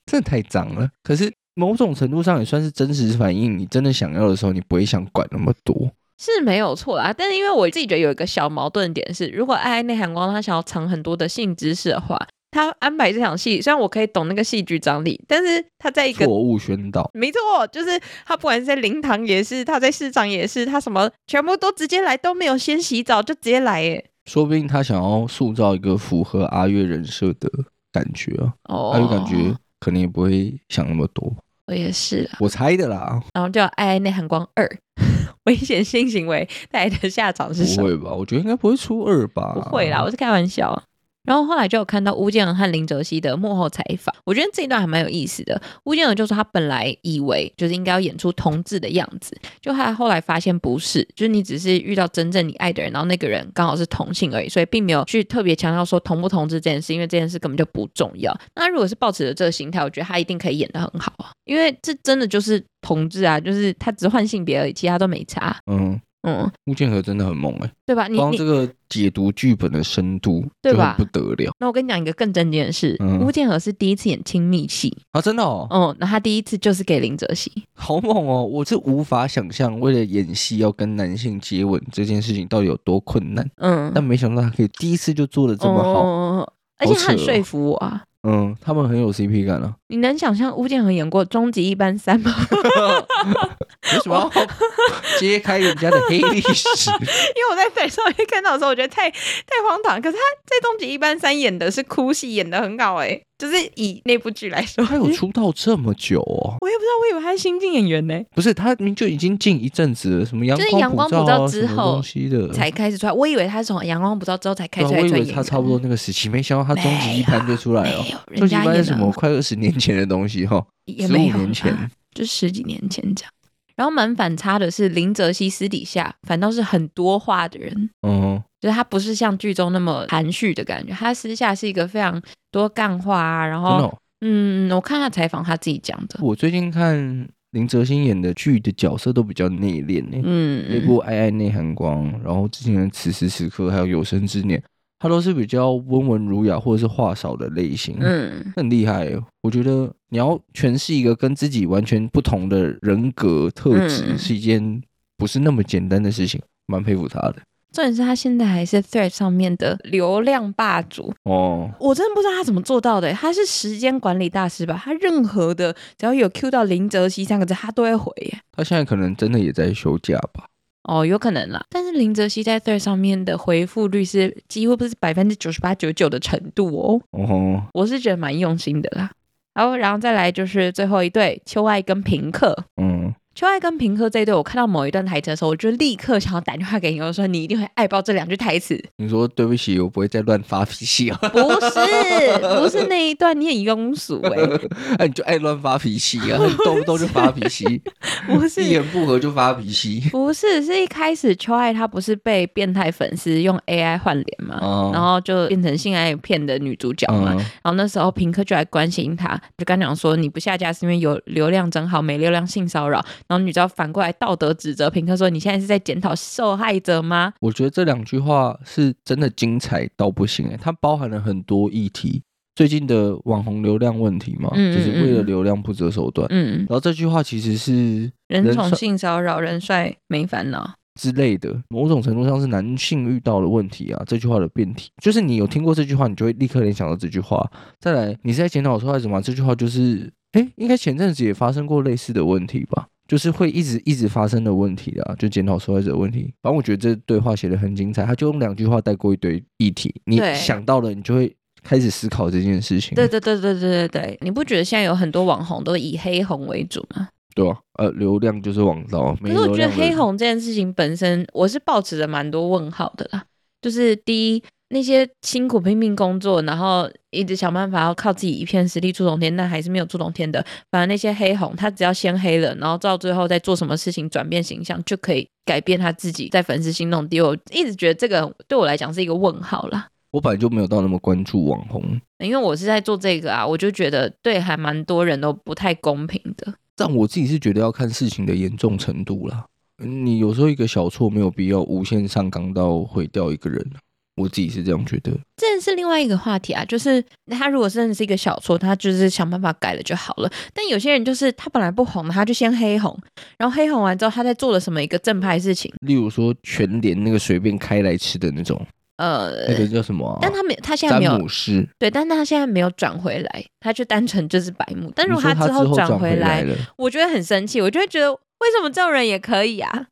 B: 真的太脏了。可是某种程度上也算是真实反映，你真的想要的时候，你不会想管那么多。
A: 是没有错啦。但是因为我自己觉得有一个小矛盾点是，如果爱爱内涵光他想要藏很多的性知识的话，他安排这场戏，虽然我可以懂那个戏剧张力，但是他在一个
B: 错误宣导，
A: 没错，就是他不管是在灵堂也是，他在市场也是，他什么全部都直接来，都没有先洗澡就直接来耶。
B: 说不定他想要塑造一个符合阿月人设的感觉啊，
A: 哦
B: 阿月感觉可能也不会想那么多，
A: 我也是啦。
B: 我猜的啦。
A: 然后叫《爱爱内涵光二》， [laughs] 危险性行为带来的下场是什
B: 不
A: 么？
B: 会吧？我觉得应该不会出二吧？
A: 不会
B: 啊
A: 啦，我是开玩笑。然后后来就有看到吴建衡和林哲熙的幕后采访，我觉得这一段还蛮有意思的。吴建衡就说他本来以为就是应该要演出同志的样子，就他后来发现不是，就是你只是遇到真正你爱的人，然后那个人刚好是同性而已，所以并没有去特别强调说同不同志这件事，因为这件事根本就不重要。那如果是抱持着这个心态，我觉得他一定可以演得很好啊，因为这真的就是同志啊，就是他只是换性别而已，其他都没差，
B: 嗯，
A: 嗯，
B: 穆建和真的很猛哎、
A: 对吧？你
B: 光
A: 你
B: 这个解读剧本的深度
A: 对
B: 就
A: 吧
B: 很不得了
A: 那我跟你讲一个更正经的事，
B: 嗯
A: 吴建和是第一次演亲密戏，
B: 啊！真的哦，
A: 哦，那他第一次就是给林哲熙，
B: 好猛哦！我是无法想象，为了演戏要跟男性接吻这件事情到底有多困难。
A: 嗯，
B: 但没想到他可以第一次就做的这么好，
A: 哦而且他很
B: 好扯哦
A: 说服我啊。
B: 嗯，他们很有 CP 感啊。
A: 你能想象吴建和演过《终极一班三》吗？ [laughs]
B: [laughs] 为什么要揭开人家的黑历史？
A: [laughs] 因为我在北上面看到的时候，我觉得太太荒唐。可是他在《终极一班三》演的是哭戏，演的很好哎、就是以那部剧来说，
B: 他有出道这么久哦？
A: 我也不知道，我以为他是新晋演员呢、
B: 不是，他明明就已经进一阵子了，什么阳
A: 就是阳光
B: 普照,、
A: 普
B: 啊、
A: 照之
B: 什么
A: 后
B: 东西的，
A: 才开始出来。我以为他是从《阳光普照》之后才开
B: 对啊
A: 始出来
B: 我以
A: 转演
B: 为
A: 员，
B: 他差不多那个时期，没想到他终极一班就出来了
A: 没。有人
B: 终极一
A: 家
B: 班
A: 演
B: 是
A: 的
B: 什么？快二十年前的东西哈、
A: 也
B: 15
A: 没有
B: 年
A: 啦
B: 前
A: 就十几年前这样。然后蛮反差的是，林哲熙私底下反倒是很多话的人，
B: 嗯，
A: 就是他不是像剧中那么含蓄的感觉，他私下是一个非常多干话啊。然
B: 真的、
A: 后，
B: 哦。
A: 嗯，我看他采访他自己讲的，
B: 我最近看林哲欣演的剧的角色都比较内敛呢。
A: 嗯，
B: 那部《爱爱内涵光》，然后之前的《此时此刻》，还有《有生之年》，他都是比较温文儒雅或者是话少的类型。，
A: 嗯，
B: 很厉害耶。我觉得你要诠释一个跟自己完全不同的人格特质，
A: 嗯
B: 是一件不是那么简单的事情。蛮佩服他的
A: 重点是他现在还是 Thread 上面的流量霸主，
B: 哦。
A: 我真的不知道他怎么做到的。欸他是时间管理大师吧？他任何的只要有 Q 到林哲熙三个字，他都会回欸耶。
B: 他现在可能真的也在休假吧？
A: 哦，有可能啦。但是林哲熙在 Thread 上面的回复率是几乎不是百分之九十八九九的程度哦，
B: 哦，
A: 我是觉得蛮用心的啦。然后，然后再来就是最后一对秋爱跟平克，
B: 嗯，
A: 秋爱跟平科这一对，我看到某一段台词的时候，我就立刻想要打电话给你，我说你一定会爱爆这两句台词。
B: 你说对不起，我不会再乱发脾气啊， [laughs]
A: 不是，不是那一段，你很庸俗哎、
B: 啊你就爱乱发脾气
A: [laughs]
B: 啊，你动不动就发脾气，
A: 不
B: 一
A: 是，
B: 言不合就发脾
A: [laughs]
B: 气。
A: 不是，是一开始秋爱她不是被变态粉丝用 AI 换脸嘛，
B: 哦
A: 然后就变成性爱片的女主角嘛，
B: 嗯，
A: 然后那时候平克就来关心他，就跟他讲说你不下架是因为有流量真好，没流量性骚扰。然后女主角反过来道德指责平克说你现在是在检讨受害者吗？
B: 我觉得这两句话是真的精彩到不行、欸，它包含了很多议题。最近的网红流量问题嘛，
A: 嗯
B: 就是
A: 嗯
B: 为了
A: 嗯
B: 流量不择手段。
A: 嗯，
B: 然后这句话其实是
A: 人
B: 人
A: 宠
B: 帅
A: 性骚扰，人帅没烦恼。
B: 之类的，某种程度上是男性遇到的问题啊。这句话的辩题就是你有听过这句话，你就会立刻联想到这句话。再来，你是在检讨受害者吗？啊这句话就是，哎，应该前阵子也发生过类似的问题吧，就是会一直一直发生的问题啊，就检讨受害者的问题。反正我觉得这对话写的很精彩，他就用两句话带过一堆议题，你
A: 对
B: 想到了，你就会开始思考这件事情。
A: 对对对对对对对，你不觉得现在有很多网红都以黑红为主吗？
B: 对啊，呃，流量就是王道，
A: 可
B: 没
A: 是我
B: 流
A: 觉得
B: 量的
A: 黑红这件事情本身，我是抱持着蛮多问号的啦。就是第一，那些辛苦拼命工作，然后一直想办法要靠自己一片实力出头天，但还是没有出头天的。反而那些黑红，他只要先黑了，然后到最后再做什么事情转变形象，就可以改变他自己在粉丝心中的地位。我一直觉得这个对我来讲是一个问号啦。
B: 我本来就没有到那么关注网红，
A: 因为我是在做这个啊，我就觉得对还蛮多人都不太公平的。
B: 但我自己是觉得要看事情的严重程度啦。嗯你有时候一个小错没有必要无限上纲到毁掉一个人，啊我自己是这样觉得。
A: 这是另外一个话题啊，就是他如果真的是一个小错，他就是想办法改了就好了。但有些人就是他本来不红，他就先黑红，然后黑红完之后，他在做了什么一个正派事情，
B: 例如说全联那个随便开来吃的那种，
A: 呃，
B: 那个叫什么啊、
A: 但他没，他现在没
B: 詹
A: 有
B: 姆士，
A: 对，但他现在没有转回来，他就单纯就是白目。但
B: 你
A: 如果
B: 说他
A: 之
B: 后
A: 转
B: 回
A: 来，
B: 了，
A: 我就会很生气，我就会觉得为什么这种人也可以啊？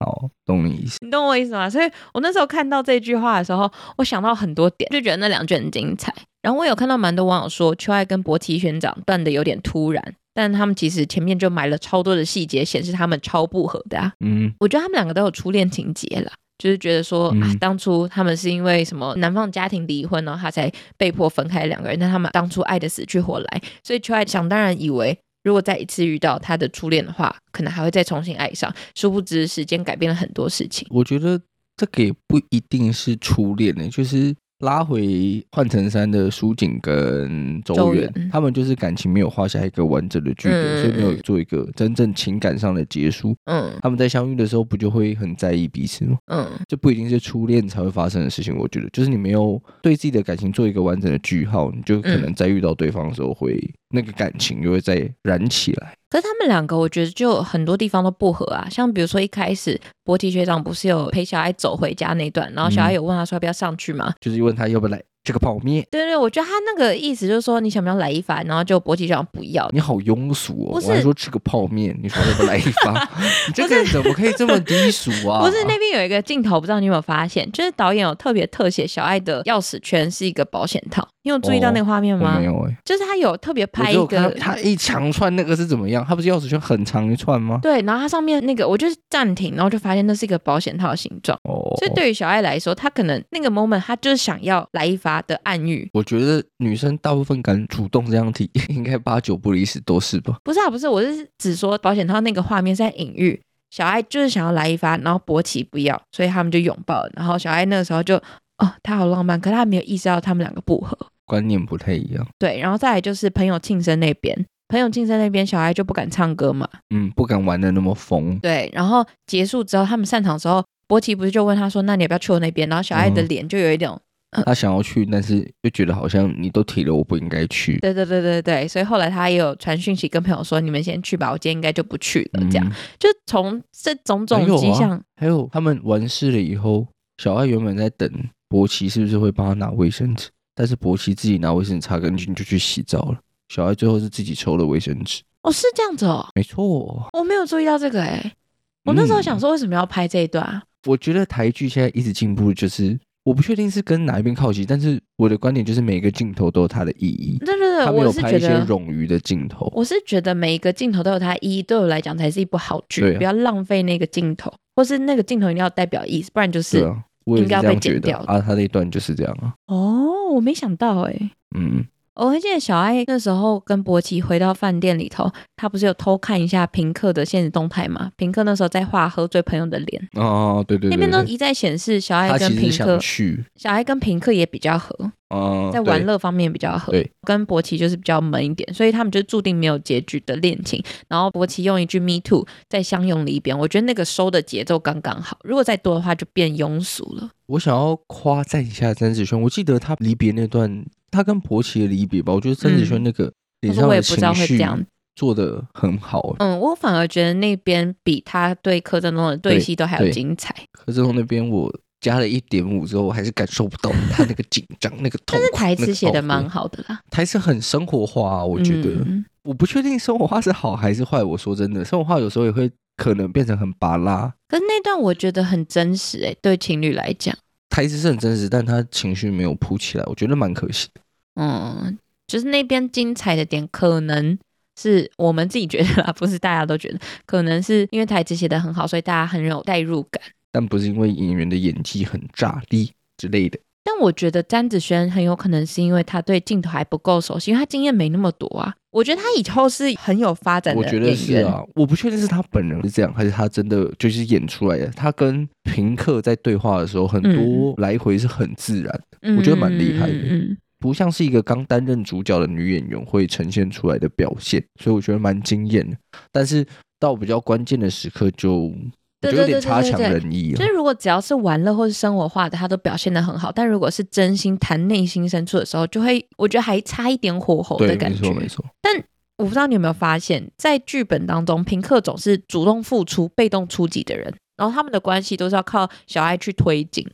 B: 好，懂你意思。
A: 你懂我意思吗？所以我那时候看到这句话的时候，我想到很多点，就觉得那两句很精彩。然后我有看到蛮多网友说，秋爱跟博奇学长断的有点突然，但他们其实前面就埋了超多的细节，显示他们超不合的、啊。
B: 嗯，
A: 我觉得他们两个都有初恋情节了。就是觉得说啊
B: 嗯，
A: 当初他们是因为什么男方家庭离婚，然后他才被迫分开两个人，但他们当初爱的死去活来，所以秋爱想当然以为，如果再一次遇到他的初恋的话，可能还会再重新爱上。殊不知时间改变了很多事情。
B: 我觉得这个也不一定是初恋呢、就是。拉回换成山的苏锦跟周
A: 周
B: 远
A: 远，
B: 他们就是感情没有画下一个完整的句点，
A: 嗯
B: 所以没有做一个真正情感上的结束。
A: 嗯
B: 他们在相遇的时候，不就会很在意彼此吗？
A: 嗯，
B: 这不一定是初恋才会发生的事情，我觉得，就是你没有对自己的感情做一个完整的句号，你就可能在遇到对方的时候会，那个感情就会再燃起来。
A: 可是他们两个，我觉得就有很多地方都不合啊。像比如说一开始，博提学长不是有陪小爱走回家那段，然后小
B: 嗯
A: 爱有问他说要不要上去吗？
B: 就是问他要不要来这个泡面，
A: 对对，我觉得他那个意思就是说你想不想来一发，然后就博提学长不要。
B: 你好庸俗哦！
A: 不是
B: 我还说吃个泡面，你说 [laughs] 要不要来一发？你这个人怎么可以这么低俗啊？
A: 不是那边有一个镜头，不知道你有没有发现，就是导演有特别特写小爱的钥匙圈是一个保险套，你有注意到那个画面
B: 哦我
A: 吗？
B: 没有哎、
A: 就是他有特别
B: 我
A: 拍
B: 只有
A: 一
B: 看到
A: 个，
B: 他一长串那个是怎么样？他不是钥匙圈很长一串吗？
A: 对，然后它上面那个我就是暂停，然后就发现那是一个保险套的形状。
B: 哦，
A: 所以对于小爱来说，她可能那个 moment 她就是想要来一发的暗喻，
B: 我觉得女生大部分敢主动这样提， [laughs] 应该八九不离十都是吧？
A: 不是啊，不是，我是只说保险套那个画面是在隐喻小爱就是想要来一发，然后博奇不要，所以他们就拥抱了，然后小爱那个时候就哦，他好浪漫，可他没有意识到他们两个不合，
B: 观念不太一样，
A: 对，然后再来就是朋友庆生那边。朋友庆生那边，小爱就不敢唱歌嘛，
B: 嗯，不敢玩的那么疯。
A: 对。然后结束之后，他们散场之后，博奇不是就问他说：“那你要不要去我那边？”然后小爱的
B: 嗯
A: 脸就有一种
B: 她想要去，但是又觉得好像你都提了，我不应该去。
A: 对对对对对，所以后来他也有传讯息跟朋友说：“你们先去吧，我今天应该就不去了。”这样，
B: 嗯
A: 就从这种
B: 还
A: 种
B: 有啊
A: 迹象，
B: 还有他们完事了以后，小爱原本在等博奇是不是会帮他拿卫生纸，但是博奇自己拿卫生纸擦干净就去洗澡了。小爱最后是自己抽了卫生纸，
A: 哦，是这样子哦，
B: 没错。
A: 我没有注意到这个哎、我那时候想
B: 嗯
A: 说为什么要拍这一段啊？
B: 我觉得台剧现在一直进步，就是我不确定是跟哪一边靠齐，但是我的观点就是每个镜头都有它的意义。
A: 对对对，
B: 他
A: 嗯
B: 没
A: 我
B: 有
A: 是
B: 拍
A: 觉
B: 一些
A: 得。
B: 冗余的镜头，
A: 我是觉得每一个镜头都有它意义，对我来讲才是一部好剧，
B: 对啊
A: 不要浪费那个镜头，或是那个镜头一定要代表意思，不然就是、
B: 对啊，我也
A: 应
B: 是
A: 该要
B: 这
A: 被
B: 样
A: 剪
B: 觉得
A: 掉的
B: 啊。他那一段就是这样啊，
A: 哦，我没想到哎、
B: 嗯，
A: 我还记得哦小爱那时候跟博奇回到饭店里头，他不是有偷看一下平克的现实动态吗？平克那时候在画喝醉朋友的脸，
B: 哦，对对
A: 那
B: 对
A: 边都
B: 对，
A: 一再显示小爱
B: 他
A: 跟
B: 其实
A: 平
B: 想
A: 克，
B: 去，
A: 小爱跟平克也比较合，
B: 嗯，
A: 在玩
B: 对
A: 乐方面比较合
B: 对，
A: 跟博奇就是比较闷一点，所以他们就注定没有结局的恋情。然后博奇用一句 “me too” 再相拥离别，我觉得那个收的节奏刚刚好，如果再多的话就变庸俗了。
B: 我想要夸赞一下詹子轩，我记得他离别那段，他跟博奇的离别吧，我觉得詹子轩那个
A: 可
B: 脸
A: 是
B: 上
A: 嗯我
B: 的
A: 也不知道
B: 情
A: 会这
B: 绪
A: 样
B: 做的很好。
A: 嗯，我反而觉得那边比他对柯震东的对
B: 对
A: 戏都还要
B: 对
A: 精彩。
B: 柯震东那边我加了一点五之后，我还是感
A: [laughs]
B: 受不到他那个紧张、那个痛
A: 但是
B: 苦
A: 台
B: 那
A: 词
B: 个
A: 写的
B: 懊悔
A: 蛮好的啦，
B: 台词很生活化、啊，我觉得、
A: 嗯
B: 我不确定生活化是好还是坏。我说真的，生活化有时候也会可能变成很拔拉。
A: 可是那段我觉得很真实诶、对情侣来讲，
B: 台词是很真实，但他情绪没有铺起来，我觉得蛮可惜的。
A: 嗯，就是那边精彩的点可能。是我们自己觉得啦，不是大家都觉得，可能是因为台词写的很好，所以大家很有代入感。
B: 但不是因为演员的演技很炸裂之类的。
A: 但我觉得詹子轩很有可能是因为他对镜头还不够熟悉，因为他经验没那么多啊。我觉得他以后是很有发展的
B: 我
A: 演
B: 觉
A: 员。
B: 得是啊，我不确定是他本人是这样，还是他真的就是演出来的。他跟平克在对话的时候，很多来回是很自然的，
A: 嗯，
B: 我觉得蛮厉害的
A: 嗯嗯嗯
B: 不像是一个刚担任主角的女演员会呈现出来的表现，所以我觉得蛮惊艳的。但是到比较关键的时刻就，
A: 对
B: 我觉得
A: 对对对
B: 有点差
A: 对
B: 强
A: 对
B: 人意啊
A: 就
B: 了
A: 是。如果只要是玩乐或是生活化的，他都表现的很好。但如果是真心谈内心深处的时候，就会我觉得还差一点火候的
B: 对，
A: 感
B: 没
A: 觉
B: 错。没错，
A: 我不知道你有没有发现，在剧本当中，平克总是主动付出、被动出击的人，然后他们的关系都是要靠小爱去推进。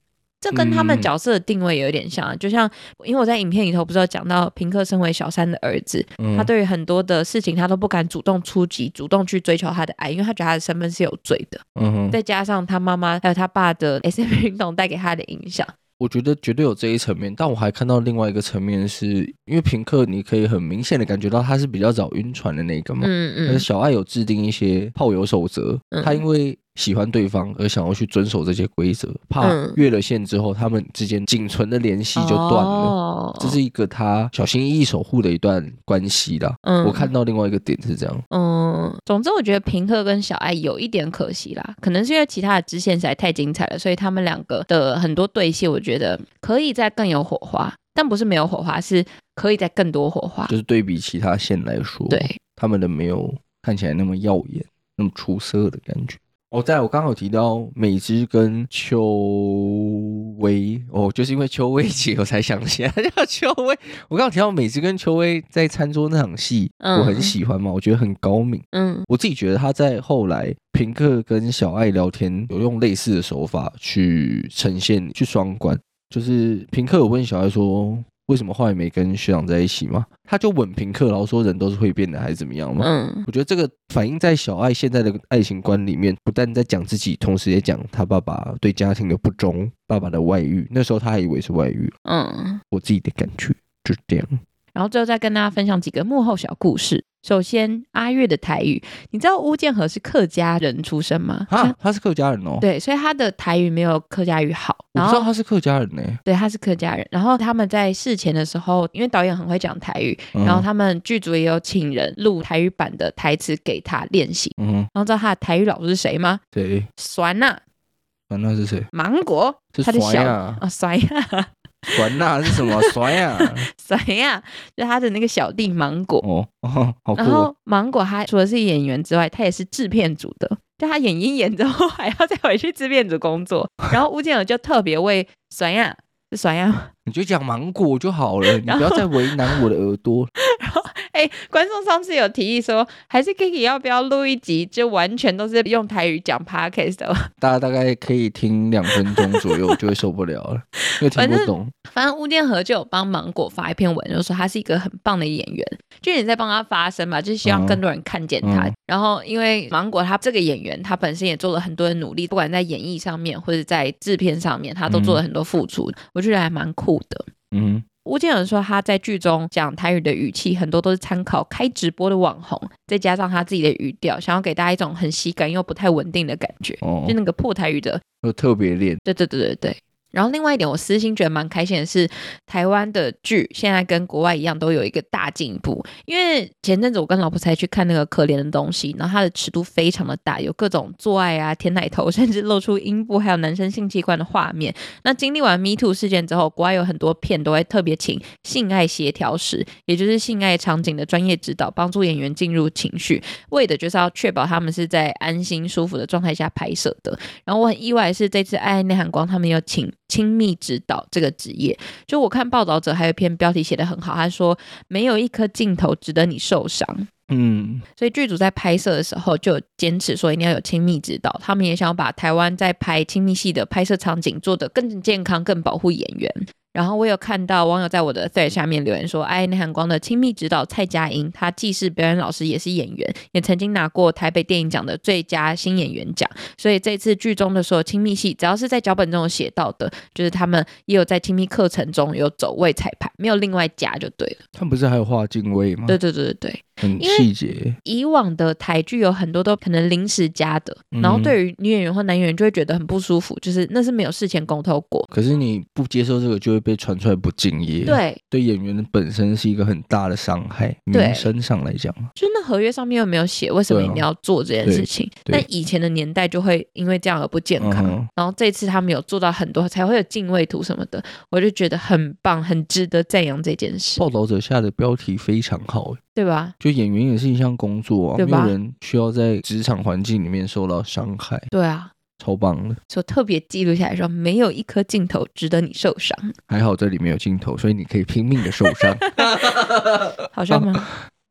A: 这跟他们
B: 嗯
A: 角色的定位有点像啊，就像因为我在影片里头不是有讲到，平克身为小三的儿子，
B: 嗯
A: 他对于很多的事情他都不敢主动出击，主动去追求他的爱，因为他觉得他的身份是有罪的。
B: 嗯哼，
A: 再加上他妈妈还有他爸的 [laughs] S M 运动带给他的影响，
B: 我觉得绝对有这一层面，但我还看到另外一个层面是，因为平克你可以很明显的感觉到他是比较早晕船的那个嘛，
A: 嗯
B: 但是小爱有制定一些炮友守则，
A: 嗯
B: 他因为喜欢对方而想要去遵守这些规则，怕
A: 嗯
B: 越了线之后，他们之间仅存的联系就断了。
A: 哦、
B: 这是一个他小心翼翼守护的一段关系啦。
A: 嗯
B: 我看到另外一个点是这样，
A: 嗯，总之我觉得平克跟小爱有一点可惜啦，可能是因为其他的支线实在太精彩了，所以他们两个的很多对戏，我觉得可以再更有火花，但不是没有火花，是可以再更多火花。
B: 就是对比其他线来说，
A: 啊对，
B: 他们的没有看起来那么耀眼、那么出色的感觉。哦，在我刚好提到美芝跟秋薇，哦，就是因为秋薇姐我才想起来 [laughs] 叫秋薇。我刚好提到美芝跟秋薇在餐桌那场戏，
A: 嗯
B: 我很喜欢嘛，我觉得很高明。
A: 嗯
B: 我自己觉得他在后来平克跟小爱聊天，有用类似的手法去呈现去双关，就是平克有问小爱说为什么后来没跟学长在一起嘛，他就吻平克，然后说人都是会变的还是怎么样嘛。
A: 嗯
B: 我觉得这个反映在小爱现在的爱情观里面，不但在讲自己，同时也讲他爸爸对家庭的不忠，爸爸的外遇。那时候他还以为是外遇，
A: 嗯。
B: 我自己的感觉就是这样。
A: 然后最后再跟大家分享几个幕后小故事。首先，阿月的台语，你知道巫建和是客家人出身吗？
B: 哈，他是客家人哦，
A: 对，所以他的台语没有客家语好。
B: 我
A: 然
B: 不知道
A: 后
B: 他是客家人呢、
A: 对，他是客家人。然后他们在事前的时候，因为导演很会讲台语，
B: 嗯
A: 然后他们剧组也有请人录台语版的台词给他练习。
B: 嗯，
A: 然后知道他的台语老师是谁吗？
B: 对，
A: 酸呐、
B: 啊，那是谁？
A: 芒果
B: 是
A: 他的
B: 甩
A: 小
B: 啊，
A: 啊，酸呀、 [laughs]
B: 管那是什么甩呀？
A: 酸呀、就他的那个小弟芒果。
B: 哦， [laughs] 哦好酷
A: 然
B: 哦！
A: 后芒果他除了是演员之外，他也是制片组的，就他演一演之后还要再回去制片组工作。然后吴建友就特别为酸亚是酸亚吗，
B: 你就讲芒果就好了，你不要再为难我的耳朵。
A: 哎、观众上次有提议说，还是 Kiki 要不要录一集，就完全都是用台语讲 Podcast [laughs] 的。哦
B: 大家大概可以听两分钟左右就会受不了
A: [laughs]
B: 了，因为听
A: 反
B: 不
A: 正
B: 懂。
A: 反正吴建和就有帮芒果发一篇文，就说他是一个很棒的演员，就你在帮他发声嘛，就是希望
B: 嗯
A: 更多人看见他。
B: 嗯
A: 然后因为芒果他这个演员，他本身也做了很多的努力，不管在演艺上面或者在制片上面，他都做了很多付出，我觉得还蛮酷的。
B: 嗯，
A: 吴建和说，他在剧中讲台语的语气，很多都是参考开直播的网红，再加上他自己的语调，想要给大家一种很喜感又不太稳定的感觉，
B: 哦
A: 就，那个破台语的
B: 有特别练，
A: 对对对对对。然后另外一点，我私心觉得蛮开心的是，台湾的剧现在跟国外一样都有一个大进步。因为前阵子我跟老婆才去看那个《可怜的东西》，然后它的尺度非常的大，有各种做爱啊、舔奶头， [laughs] 甚至露出阴部还有男生性器官的画面。那经历完 Me Too 事件之后，国外有很多片都会特别请性爱协调师，也就是性爱场景的专业指导，帮助演员进入情绪，为的就是要确保他们是在安心舒服的状态下拍摄的。然后我很意外的是，这次《爱爱内涵光》他们有请亲密指导这个职业。就我看报道者还有一篇标题写得很好，他说没有一颗镜头值得你受伤。
B: 嗯，
A: 所以剧组在拍摄的时候就坚持说一定要有亲密指导，他们也想要把台湾在拍亲密戏的拍摄场景做得更健康、更保护演员。然后我有看到网友在我的 thread 下面留言说，爱内涵光的亲密指导蔡佳音，她既是表演老师也是演员，也曾经拿过台北电影奖的最佳新演员奖。所以这次剧中的所有亲密戏，只要是在脚本中有写到的，就是他们也有在亲密课程中有走位彩排，没有另外加就对了。
B: 他们不是还有画敬畏吗？
A: 对，对对对对。
B: 很
A: 因为
B: 细节。
A: 以往的台剧有很多都可能临时加的，
B: 嗯
A: 然后对于女演员或男演员就会觉得很不舒服，就是那是没有事前沟通过。
B: 可是你不接受这个，就会被传出来不敬业。，
A: 对，
B: 对演员本身是一个很大的伤害，
A: 对
B: 名声上来讲，
A: 就是那合约上面又没有写为什么
B: 对
A: 一
B: 啊
A: 定要做这件事情。
B: 对对
A: 但以前的年代就会因为这样而不健康，
B: 嗯哼
A: 然后这次他们有做到很多，才会有敬畏图什么的，我就觉得很棒，很值得赞扬这件事，
B: 报道者下的标题非常好，
A: 对吧？
B: 就演员也是一项工作啊，
A: 对
B: 没
A: 吧
B: 有人需要在职场环境里面受到伤害，
A: 对啊，
B: 超棒的。
A: 所以我特别记录下来说，没有一颗镜头值得你受伤，
B: 还好这里面有镜头，所以你可以拼命的受
A: [laughs]
B: 伤。
A: 好笑
B: [laughs]
A: 吗？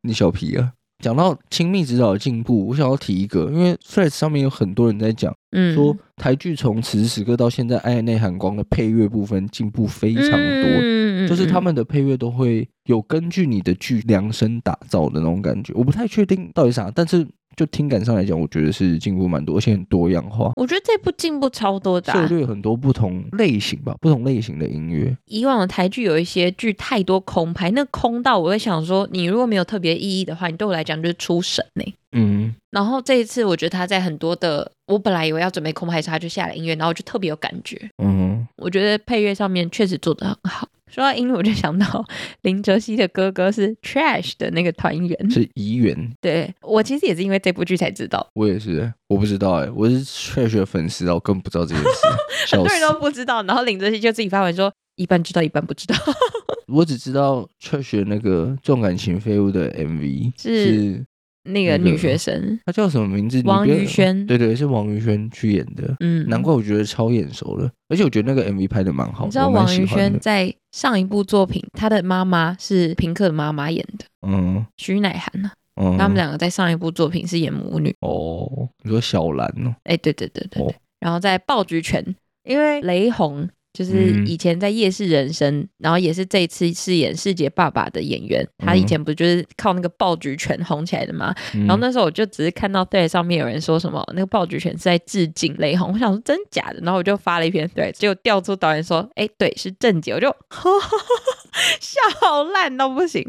B: 你小皮啊！讲到亲密指导的进步，我想要提一个，因为 Threads 上面有很多人在讲
A: 嗯，
B: 说，台剧从此时此刻到现在，《爱内涵光》的配乐部分进步非常多，
A: 嗯
B: 就是他
A: 们。嗯
B: 们的配乐都会有根据你的剧量身打造的那种感觉。我不太确定到底啥，但是就听感上来讲，我觉得是进步蛮多，而且很多样化。
A: 我觉得这部进步超多的啊、
B: 涉猎很多不同类型吧，不同类型的音乐。
A: 以往的台剧有一些剧太多空拍，那空到我会想说，你如果没有特别意义的话，你对我来讲就是出神呢、
B: 嗯，
A: 然后这一次，我觉得他在很多的，我本来以为要准备空拍的时候，他就下了音乐，然后我就特别有感觉。
B: 嗯，
A: 我觉得配乐上面确实做得很好。说到音乐，我就想到 [laughs] 林哲熙的哥哥是 Trash 的那个团员，
B: 是怡园，
A: 对我其实也是因为这部剧才知道，
B: 我也是，我不知道哎、我是 Trash 的粉丝啊，我根本不知道这件事，
A: 很 [laughs]
B: 笑
A: 多人都
B: 死！
A: 不知道。然后林哲熙就自己发文说，一半知道，一半不知道。
B: 我只知道 Trash 的那个重感情废物的 MV
A: 是那个
B: 那个
A: 女学生，
B: 他叫什么名字？
A: 王
B: 你不要
A: 于轩
B: 对对，是王于轩去演的，
A: 嗯，
B: 难怪我觉得超眼熟了，而且我觉得那个 MV 拍的蛮好的，
A: 你知道
B: 我蛮
A: 王
B: 喜
A: 宇
B: 欢
A: 轩
B: 的。
A: 在上一部作品，他的妈妈是平克的妈妈演的，
B: 嗯
A: 徐乃涵呢、
B: 嗯，
A: 他们两个在上一部作品是演母女。
B: 哦，你说小兰哦，
A: 哎、对对对对对。
B: 哦
A: 然后在爆菊拳，因为雷洪就是
B: 嗯
A: 以前在《夜市人生》然后也是这一次饰演世杰爸爸的演员，他以
B: 嗯
A: 前不就是靠那个爆菊拳红起来的吗？
B: 嗯
A: 然后那时候我就只是看到 thread 上面有人说什么那个爆菊拳是在致敬雷洪，我想说真假的，然后我就发了一篇 thread，结果调出导演说，哎，对，是郑姐，我就 [laughs] 笑烂到不行。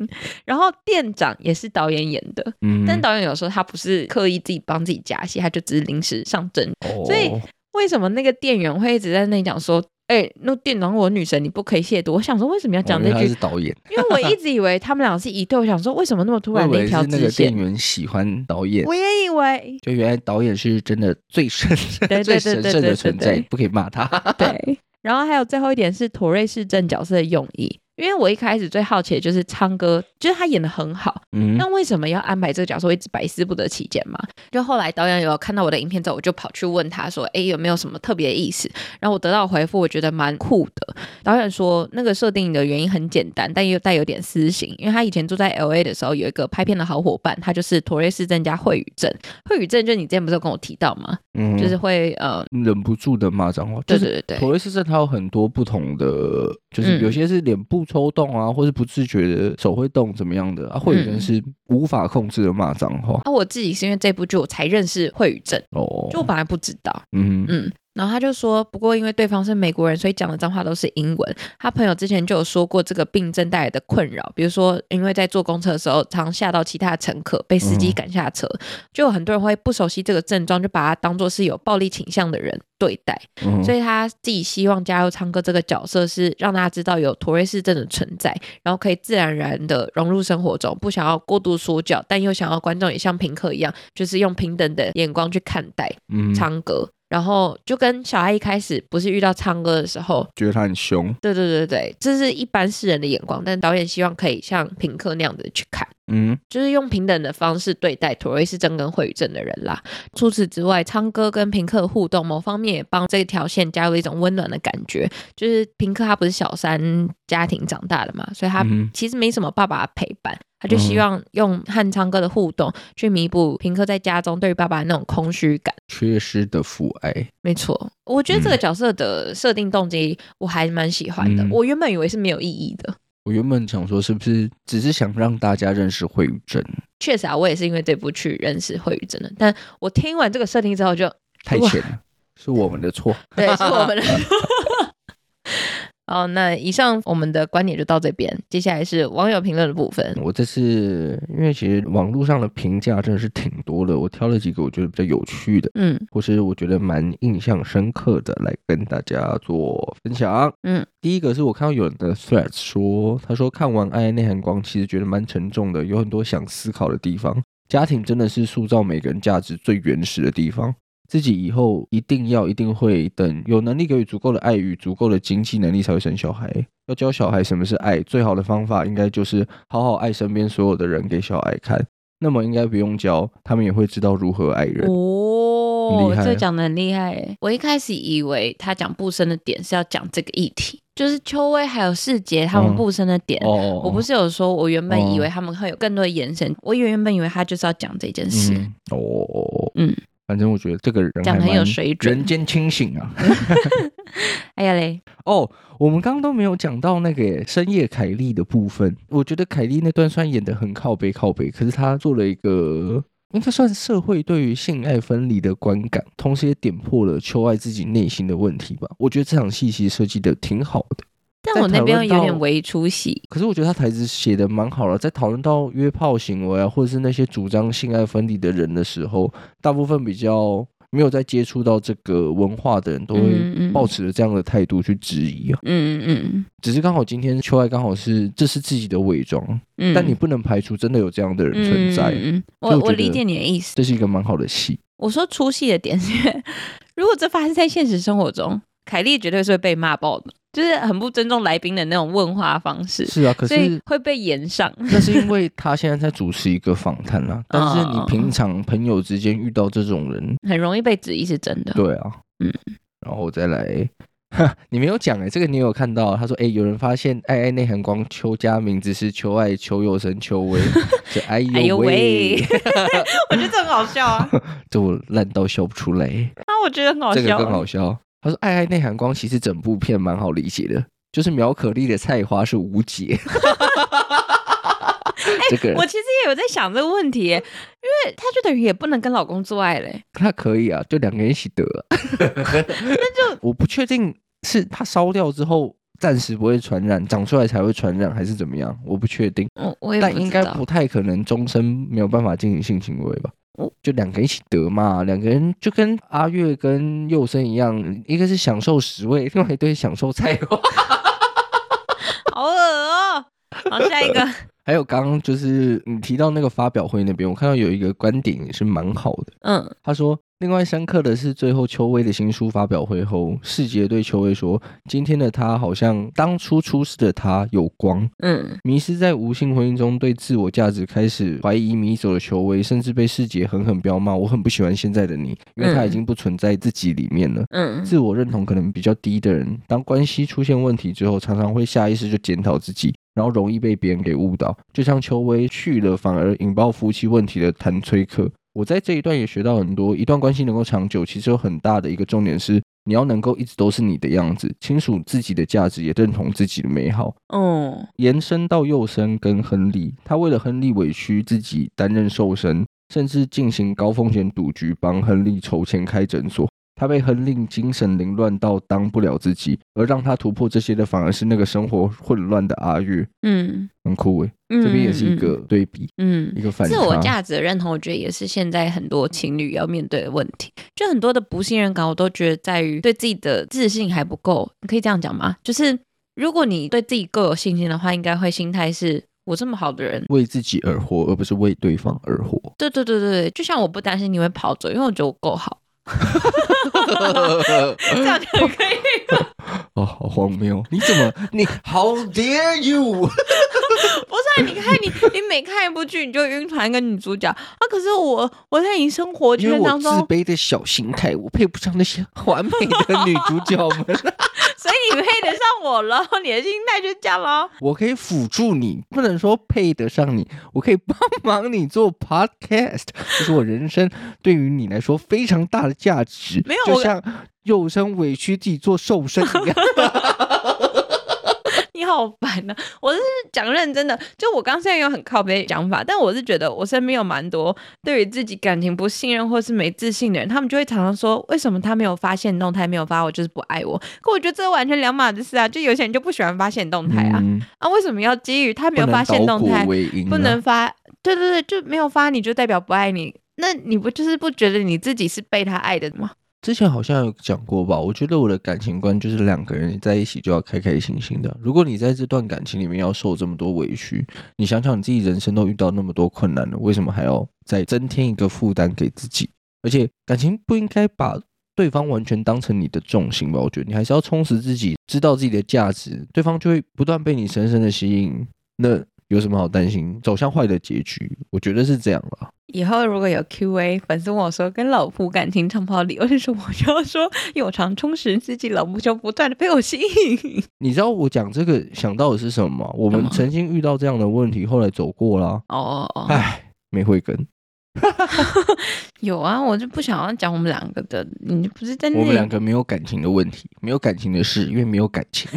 A: 然后店长也是导演演的，
B: 嗯，
A: 但导演有说他不是刻意自己帮自己加戏，他就只是临时上阵。
B: 哦
A: 所以为什么那个店员会一直在那里讲说？哎、那店长，我女神，你不可以亵渎。我想说，为什么要讲
B: 哦
A: 这
B: 原来
A: 句
B: 是？导演，
A: 因为我一直以为他们俩是一对，我想说，为什么那么突
B: 我以
A: 然的
B: 为
A: 一
B: 是
A: 条
B: 那个
A: 支
B: 店
A: 线？
B: 员喜欢导演
A: 我，也以为，
B: 就原来导演是真的最神 [laughs]
A: 对对
B: 最
A: 对
B: 神
A: 对
B: 圣
A: 对
B: 的
A: 对
B: 存
A: 对
B: [laughs] 在，不可以骂他。
A: 对，然后还有最后一点是妥瑞氏症角色的用意，因因为我一开始最好奇的就是昌哥，就是他演的很好，
B: 嗯
A: 但为什么要安排这个角色，我一直百思不得其解嘛。就后来导演有看到我的影片之后，我就跑去问他说：“诶，有没有什么特别的意思？”然后我得到的回复，我觉得蛮酷的。导演说那个设定的原因很简单，但又带有点私刑，因为他以前住在 L A 的时候，有一个拍片的好伙伴，他就是妥瑞氏症加惠语症。惠语症就是你之前不是有跟我提到吗？
B: 嗯，
A: 就是会呃，
B: 忍不住的骂脏话，就
A: 对
B: 是
A: 对对
B: 妥
A: 对。
B: 瑞氏症它有很多不同的，就是
A: 嗯
B: 有些是脸部抽动啊，或是不自觉的手会动怎么样的啊，会有人
A: 嗯
B: 是无法控制的骂脏话
A: 啊，我自己是因为这部剧我才认识惠语症，
B: 哦，
A: 就我本来不知道。
B: 嗯哼
A: 嗯，然后他就说，不过因为对方是美国人，所以讲的脏话都是英文。他朋友之前就有说过这个病症带来的困扰，比如说因为在坐公车的时候常吓到其他乘客，被司
B: 嗯
A: 机赶下车，就有很多人会不熟悉这个症状，就把它当做是有暴力倾向的人对待。
B: 嗯
A: 所
B: 哼，
A: 以他自己希望加入昌哥这个角色，是让大家知道有妥瑞氏症的存在，然后可以自然而然的融入生活中，不想要过度说教，但又想要观众也像平客一样，就是用平等的眼光去看待。
B: 嗯，
A: 昌哥，然后就跟小爱一开始不是遇到昌哥的时候，
B: 觉得他很凶，
A: 对对对对，这是一般世人的眼光，但导演希望可以像平克那样的去看。
B: 嗯
A: 就是用平等的方式对待妥瑞氏症跟惠语症的人啦。除此之外，昌哥跟平克的互动，某方面也帮这条线加入一种温暖的感觉。就是平克他不是小三家庭长大的嘛，所以他
B: 嗯
A: 其实没什么爸爸的陪伴，他就希望用和昌哥的互动去弥补平克在家中对于爸爸的那种空虚感。
B: 缺失的父爱，
A: 没错，我觉得这个角色的设定动机我还蛮喜欢的。
B: 嗯
A: 我原本以为是没有意义的，
B: 我原本想说是不是只是想让大家认识惠宇症，
A: 确实啊，我也是因为这部剧认识惠宇真的。但我听完这个设定之后就，
B: 太
A: 哇
B: 浅了，是我们的错，
A: 对，是我们的。好，那以上我们的观点就到这边，接下来是网友评论的部分。
B: 我这次因为其实网络上的评价真的是挺多的，我挑了几个我觉得比较有趣的。
A: 嗯
B: 或是我觉得蛮印象深刻的，来跟大家做分享。
A: 嗯，
B: 第一个是我看到有人的 threads 说，他说看完《爱的内涵光》，其实觉得蛮沉重的，有很多想思考的地方。家庭真的是塑造每个人价值最原始的地方。自己以后一定要一定会等有能力给予足够的爱与足够的经济能力才会生小孩。要教小孩什么是爱，最好的方法应该就是好好爱身边所有的人，给小孩看。那么应该不用教，他们也会知道如何爱人。
A: 哦
B: 很厉害欸
A: 这讲的很厉害耶。我一开始以为他讲不生的点是要讲这个议题，就是秋薇还有世杰他们
B: 嗯
A: 不生的点。
B: 哦
A: 我不是有说，我原本
B: 哦
A: 以为他们会有更多的延伸，我以为原本以为他就是要讲这件事。
B: 嗯，哦，
A: 嗯，
B: 反正我觉得这个人
A: 讲得
B: 还
A: 很有
B: 蛮
A: 水准
B: 人间清醒啊。
A: 哎呀嘞，
B: 哦，我们刚刚都没有讲到那个耶深夜凯莉的部分，我觉得凯莉那段虽然演得很靠背靠背，可是她做了一个。应该算社会对于性爱分离的观感，同时也点破了秋爱自己内心的问题吧。我觉得这场戏其实设计的挺好的，
A: 但我
B: 在
A: 那
B: 讨
A: 边
B: 论
A: 有
B: 到
A: 点微出戏。
B: 可是我觉得他台词写的蛮好了，在讨论到约炮行为啊，或者是那些主张性爱分离的人的时候，大部分比较没有在接触到这个文化的人，都会
A: 嗯嗯
B: 抱持着这样的态度去质疑啊。
A: 嗯嗯
B: 只是刚好今天秋爱刚好是这是自己的伪装，
A: 嗯，
B: 但你不能排除真的有这样的人存在。
A: 嗯嗯嗯、
B: 所
A: 我
B: 以我
A: 我
B: 觉得
A: 理解你的意思。
B: 这是一个蛮好的戏，
A: 我说出戏的点是因为，如果这发生在现实生活中，凯莉绝对是会被骂爆的，就是很不尊重来宾的那种问话方式，
B: 是啊，可
A: 所以
B: 是
A: 会被延上。
B: 那是因为他现在在主持一个访
A: [laughs]
B: 谈啦，但
A: 嗯
B: 是你平常朋友之间遇到这种人，
A: 很容易被质疑是真的，
B: 对啊，
A: 嗯，
B: 然后再来，哈，你没有讲哎、这个你有看到？他说哎、有人发现爱爱内涵光邱家名字是邱爱、邱佑生、邱
A: [laughs]
B: 威，这哎
A: 哎呦
B: 呦
A: 喂
B: 喂，
A: [laughs]
B: [laughs]
A: 我觉得这很好笑啊！
B: 这我烂到笑不出来，
A: 啊，我觉得很好
B: 这个
A: 笑。啊
B: 更好笑。他说爱爱内涵光其实整部片蛮好理解的，就是苗可丽的菜花是无解。 [laughs]
A: 哎
B: 这个
A: 我
B: 人
A: 其实也有在想这个问题耶，因为她就等于也不能跟老公做爱嘞。
B: 他可以啊，就两个人一起得、啊。那就我不确定是他烧掉之后暂时不会传染，长出来才会传染，还是怎么样？我不确定，
A: 我我也不
B: 但
A: 知道
B: 应该不太可能终身没有办法进行性行为吧
A: 哦。
B: 就两个人一起得嘛，两个人就跟阿月跟佑生一样，一个是享受食味，另外一对享受菜花。
A: 好恶哦、好，下
B: [laughs]
A: 一个，
B: 还有刚刚就是你提到那个发表会那边，我看到有一个观点也是蛮好的。
A: 嗯，
B: 他说，另外深刻的是，最后邱威的新书发表会后，世杰对邱威说：“今天的他好像当初出世的他有光。”
A: 嗯，
B: 迷失在无性婚姻中，对自我价值开始怀疑、迷走的邱威，甚至被世杰狠狠彪骂：“我很不喜欢现在的你，因为他已经不存在自己里面了。
A: 嗯，
B: 自我认同可能比较低的人，当关系出现问题之后，常常会下意识就检讨自己，然后容易被别人给误导。就像邱威去了，反而引爆夫妻问题的弹吹课。我在这一段也学到很多，一段关系能够长久，其实有很大的一个重点是，你要能够一直都是你的样子，清楚自己的价值，也认同自己的美好。
A: 哦，
B: 延伸到幼生跟亨利，他为了亨利委屈自己担任瘦身，甚至进行高风险赌局，帮亨利筹钱开诊所。他被亨利精神凌乱到当不了自己，而让他突破这些的反而是那个生活混乱的阿月，
A: 嗯，
B: 很酷诶。
A: 嗯
B: 这边也是一个对比，
A: 嗯，嗯
B: 一个反差。
A: 自我价值的认同，我觉得也是现在很多情侣要面对的问题。就很多的不信任感，我都觉得在于对自己的自信还不够。你可以这样讲吗？就是如果你对自己够有信心的话，应该会心态是我这么好的人。
B: 为自己而活，而不是为对方 [laughs] 而活。
A: 对对对对对，就像我不担心你会跑走，因为我觉得我够好， [laughs] 这样就可以。 [laughs]
B: 哦，好荒谬！你怎么，你 How dare you！
A: 不是、啊，你看你，你每看一部剧你就晕船一个女主角啊，可是我我在你生活
B: 因为
A: 圈
B: 我
A: 当
B: 自
A: 中，
B: 卑的小心态，我配不上那些 [laughs] 完美的女主角们。 [laughs]
A: 所以你配得上我了，你的心态就这样咯。
B: 我可以辅助你，不能说配得上你，我可以帮 [laughs] 忙你做 podcast，这是我人生对于你来说非常大的价值。
A: 没有我
B: 就像幼生委屈自己做瘦身一
A: [laughs]
B: 样。
A: 你好烦呐、我是讲认真的，就我刚虽然有很靠背的讲法，但我是觉得我身边有蛮多对于自己感情不信任或是没自信的人，他们就会常常说，为什么他没有发现动态，没有发我就是不爱我。可我觉得这完全两码子事啊，就有些人就不喜欢发现动态啊，
B: 嗯
A: 啊为什么要基于他没
B: 不
A: 有
B: 能
A: 发现
B: 倒
A: 动
B: 果
A: 态，
B: 为因、啊，
A: 不能发，对对对，就没有发你就代表不爱你，那你不就是不觉得你自己是被他爱的吗？
B: 之前好像有讲过吧，我觉得我的感情观就是两个人在一起就要开开心心的。如果你在这段感情里面要受这么多委屈，你想想你自己人生都遇到那么多困难了，为什么还要再增添一个负担给自己？而且感情不应该把对方完全当成你的重心吧？我觉得你还是要充实自己，知道自己的价值，对方就会不断被你深深的吸引。那有什么好担心走向坏的结局？我觉得是这样了。
A: 以后如果有 Q&A 粉丝问我说跟老婆感情长跑理 [laughs] 由是什么，我就要说，因为我常充实自己，老婆就不断的被我吸
B: [laughs]
A: 引。
B: 你知道我讲这个想到的是什么吗？我
A: 什
B: 们
A: 么
B: 曾经遇到这样的问题，后来走过啦。
A: 哦哦哦，
B: 唉，没慧根，
A: 有啊，我就不想要讲我们两个的，你不是在那
B: 我们两个没有感情的问题，没有感情的事，因为没有感情。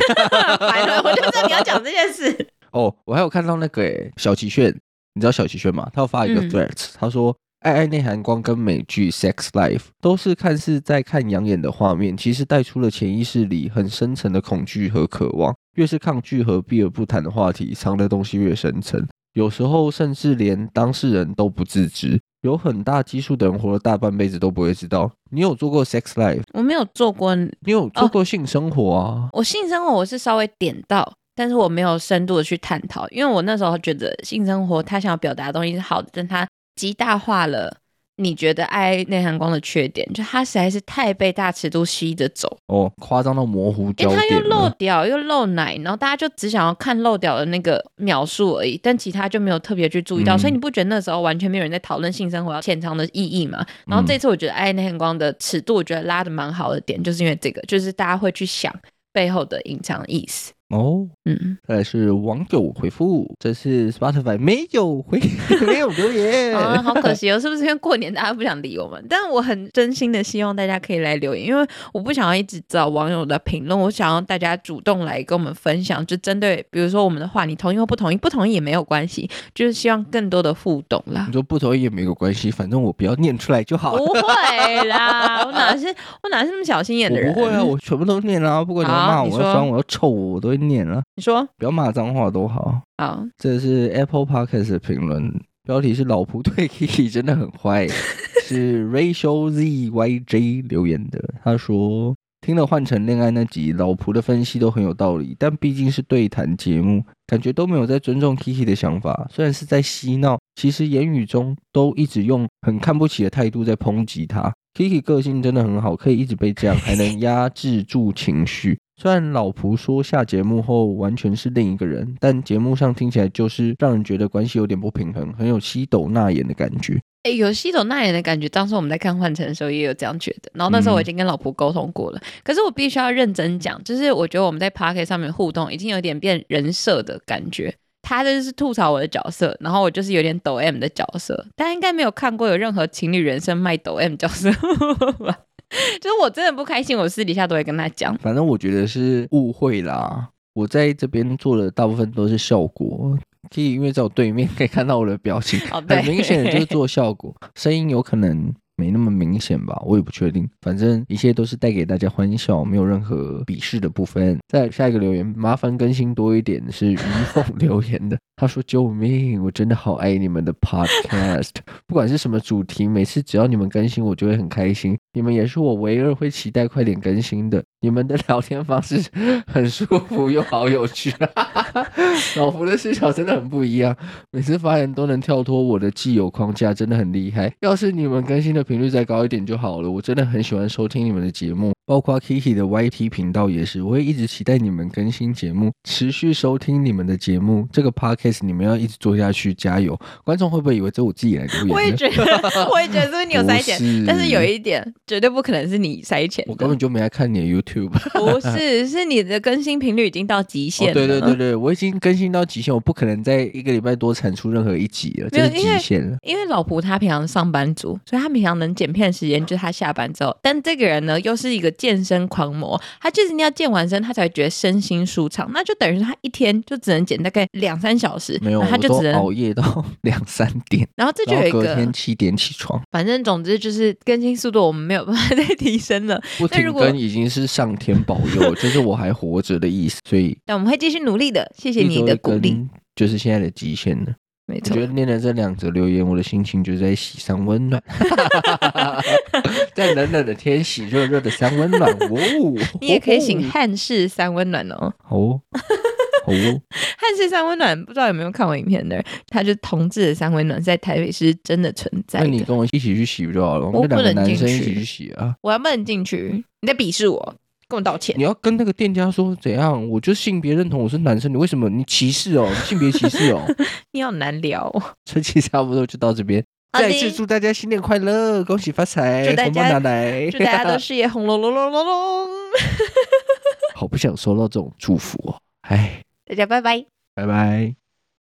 A: 烦了，我就知道你要讲这件
B: [laughs]
A: 事。
B: 哦，我还有看到那个诶，小齐炫，你知道小齐炫吗？他有发一个
A: 嗯
B: threads，、他说。爱爱内涵光跟美剧《Sex Life》都是看似在看养眼的画面，其实带出了潜意识里很深层的恐惧和渴望。越是抗拒和避而不谈的话题，藏的东西越深层。有时候甚至连当事人都不自知。有很大基数的人活了大半辈子都不会知道。你有做过 Sex Life？
A: 我没有做过，
B: 你有
A: 哦
B: 做过性生活啊？
A: 我性生活我是稍微点到。但是我没有深度的去探讨，因为我那时候觉得性生活他想要表达的东西是好的，但他极大化了你觉得爱内涵光的缺点，就他实在是太被大尺度吸着走，
B: 哦，夸张到模糊
A: 因
B: 焦
A: 为哎他又
B: 点
A: 露
B: 了。
A: 屌又露奶，然后大家就只想要看露屌的那个描述而已，但其他就没有特别去注意到，
B: 嗯
A: 所以你不觉得那时候完全没有人在讨论性生活要潜藏的意义吗？然
B: 嗯
A: 后这次我觉得《爱内涵光》的尺度，我觉得拉的蛮好的点，就是因为这个，就是大家会去想背后的隐藏意思。
B: 哦，
A: 嗯，
B: 再来是网友回复，这是 Spotify 没有回 [laughs] 没有留言。
A: 啊，好可惜哦，是不是因为过年大家不想理我们？但我很真心的希望大家可以来留言，因为我不想要一直找网友的评论，我想要大家主动来跟我们分享，就针对比如说我们的话，你同意或不同意，不同意也没有关系，就是希望更多的互动啦
B: 你。说不同意也没有关系，反正我不要念出来就好了。
A: 不会啦，我 [laughs] 哪是我哪是那么小心眼的人？
B: 我不会啊，我全部都念啊，不管你要
A: 好
B: 骂我、
A: 你
B: 要
A: 说
B: 酸我、要臭我，我都会念啊。
A: 你说
B: 不要骂脏话都好。
A: 好，
B: 这是 Apple Podcast 的评论，标题是“老仆对 Kiki
A: [laughs]
B: 真的很坏”，是 Rachel Z Y J 留言的。他说：“听了《换成恋爱》那集，老仆的分析都很有道理，但毕竟是对谈节目，感觉都没有在尊重 Kiki 的想法。虽然是在嬉闹，其实言语中都一直用很看不起的态度在抨击他。Kiki 个性真的很好，可以一直被这样，还能压制住情绪。虽然老仆说下节目后完全是另一个人，但节目上听起来就是让人觉得关系有点不平衡，很有西斗纳言的感觉。
A: 哎、有西斗那言的感觉，当时我们在看《换乘》的时候也有这样觉得。然后那时
B: 嗯
A: 候我已经跟老婆沟通过了，可是我必须要认真讲，就是我觉得我们在 p a r k 上面互动已经有点变人设的感觉。他就是吐槽我的角色，然后我就是有点抖 M 的角色。大家应该没有看过有任何情侣人生卖抖 M 角色吧？ [laughs] 就是我真的不开心，我私底下都会跟他讲。
B: 反正我觉得是误会啦。我在这边做的大部分都是效果，可以因为在我对面可以看到我的表情，
A: 哦，对，
B: 很明显的就是做效果，声音有可能没那么明显吧，我也不确定。反正一切都是带给大家欢笑，没有任何鄙视的部分。再下一个留言，麻烦更新多一点，是于凤 [laughs] 留言的。他说：“救命，我真的好爱你们的 podcast，不管是什么主题，每次只要你们更新，我就会很开心。你们也是我唯二会期待快点更新的。你们的聊天方式 [laughs] 很舒服又好有趣， [laughs] 老福的视角真的很不一样。”每次发言都能跳脱我的既有框架，真的很厉害。要是你们更新的频率再高一点就好了，我真的很喜欢收听你们的节目，包括 Kiki 的 YT 频道也是，我会一直期待你们更新节目，持续收听你们的节目。这个 podcast 你们要一直做下去，加油！观众会不会以为这我自己来留言呢？
A: 我也觉得，我也觉得是不是你有塞钱
B: 不是，
A: 但是有一点绝对不可能是你塞钱
B: 我根
A: 的，
B: 本就没来看你
A: [laughs]
B: 的 YouTube。
A: 不是，是你的更新频率已经到极限
B: 哦
A: 了。
B: 对对对对，我已经更新到极限，我不可能在一个礼拜多产出任何一集了，
A: 没有
B: 这是
A: 因为
B: 极限了。
A: 因为老婆她平常上班族，所以她平常能剪片时间就是她下班之后。但这个人呢，又是一个健身狂魔，他就是一定要健完身，他才觉得身心舒畅。那就等于是他一天就只能剪大概两三小时，
B: 没有，
A: 然后
B: 我
A: 啊他就
B: 都
A: 只能，
B: 熬夜到 [laughs] 两
A: [laughs]
B: 三点，
A: 然后这就
B: 然
A: 有
B: 后
A: 一
B: 隔
A: 个
B: 天，七点起床。
A: 反正总之就是更新速度我们没有办法 [laughs] 再提升了，
B: 不
A: 那
B: 停
A: 如果
B: 更已经是上天保佑，就是我还活着的意思，所以
A: 但我们会继续努力的。谢
B: 谢
A: 谢你的鼓励，，
B: 就是现在的极限了。
A: 没
B: 我
A: 错
B: 觉。得念了这两则留言，我的心情就在喜上
A: [laughs]
B: 温暖，在冷冷的天喜热热的山温暖。哦，
A: [laughs] 你也可以请
B: 哦
A: 汉室三温暖哦。
B: 好哦，
A: [laughs]
B: 好哦，
A: 汉室三温暖，不知道有没有看过影片的人，他就同志的三温暖在台北是真的存在
B: 那你
A: 的。
B: 跟我一起去洗不就好了？我
A: 我
B: 们两
A: 不
B: 个
A: 能
B: 男
A: 进
B: 生一
A: 去
B: 起去洗啊！
A: 我要不能进去？你在鄙视我，跟我道歉
B: 你。要跟那个店家说怎样？我就性别认同我是男生，你为什么你歧视
A: [laughs]
B: 哦？性别歧视哦？
A: 你好难聊哦，
B: 这期差不多就到这边。
A: 好
B: 再
A: 的
B: 次祝大家新年快乐，恭喜发财，
A: 啊祝大
B: 红包
A: 家
B: 拿来！
A: 祝大家
B: [laughs]
A: 都事业红隆隆隆隆隆。
B: 好不想收到这种祝福哦，哎，
A: 大家拜拜。
B: 拜拜。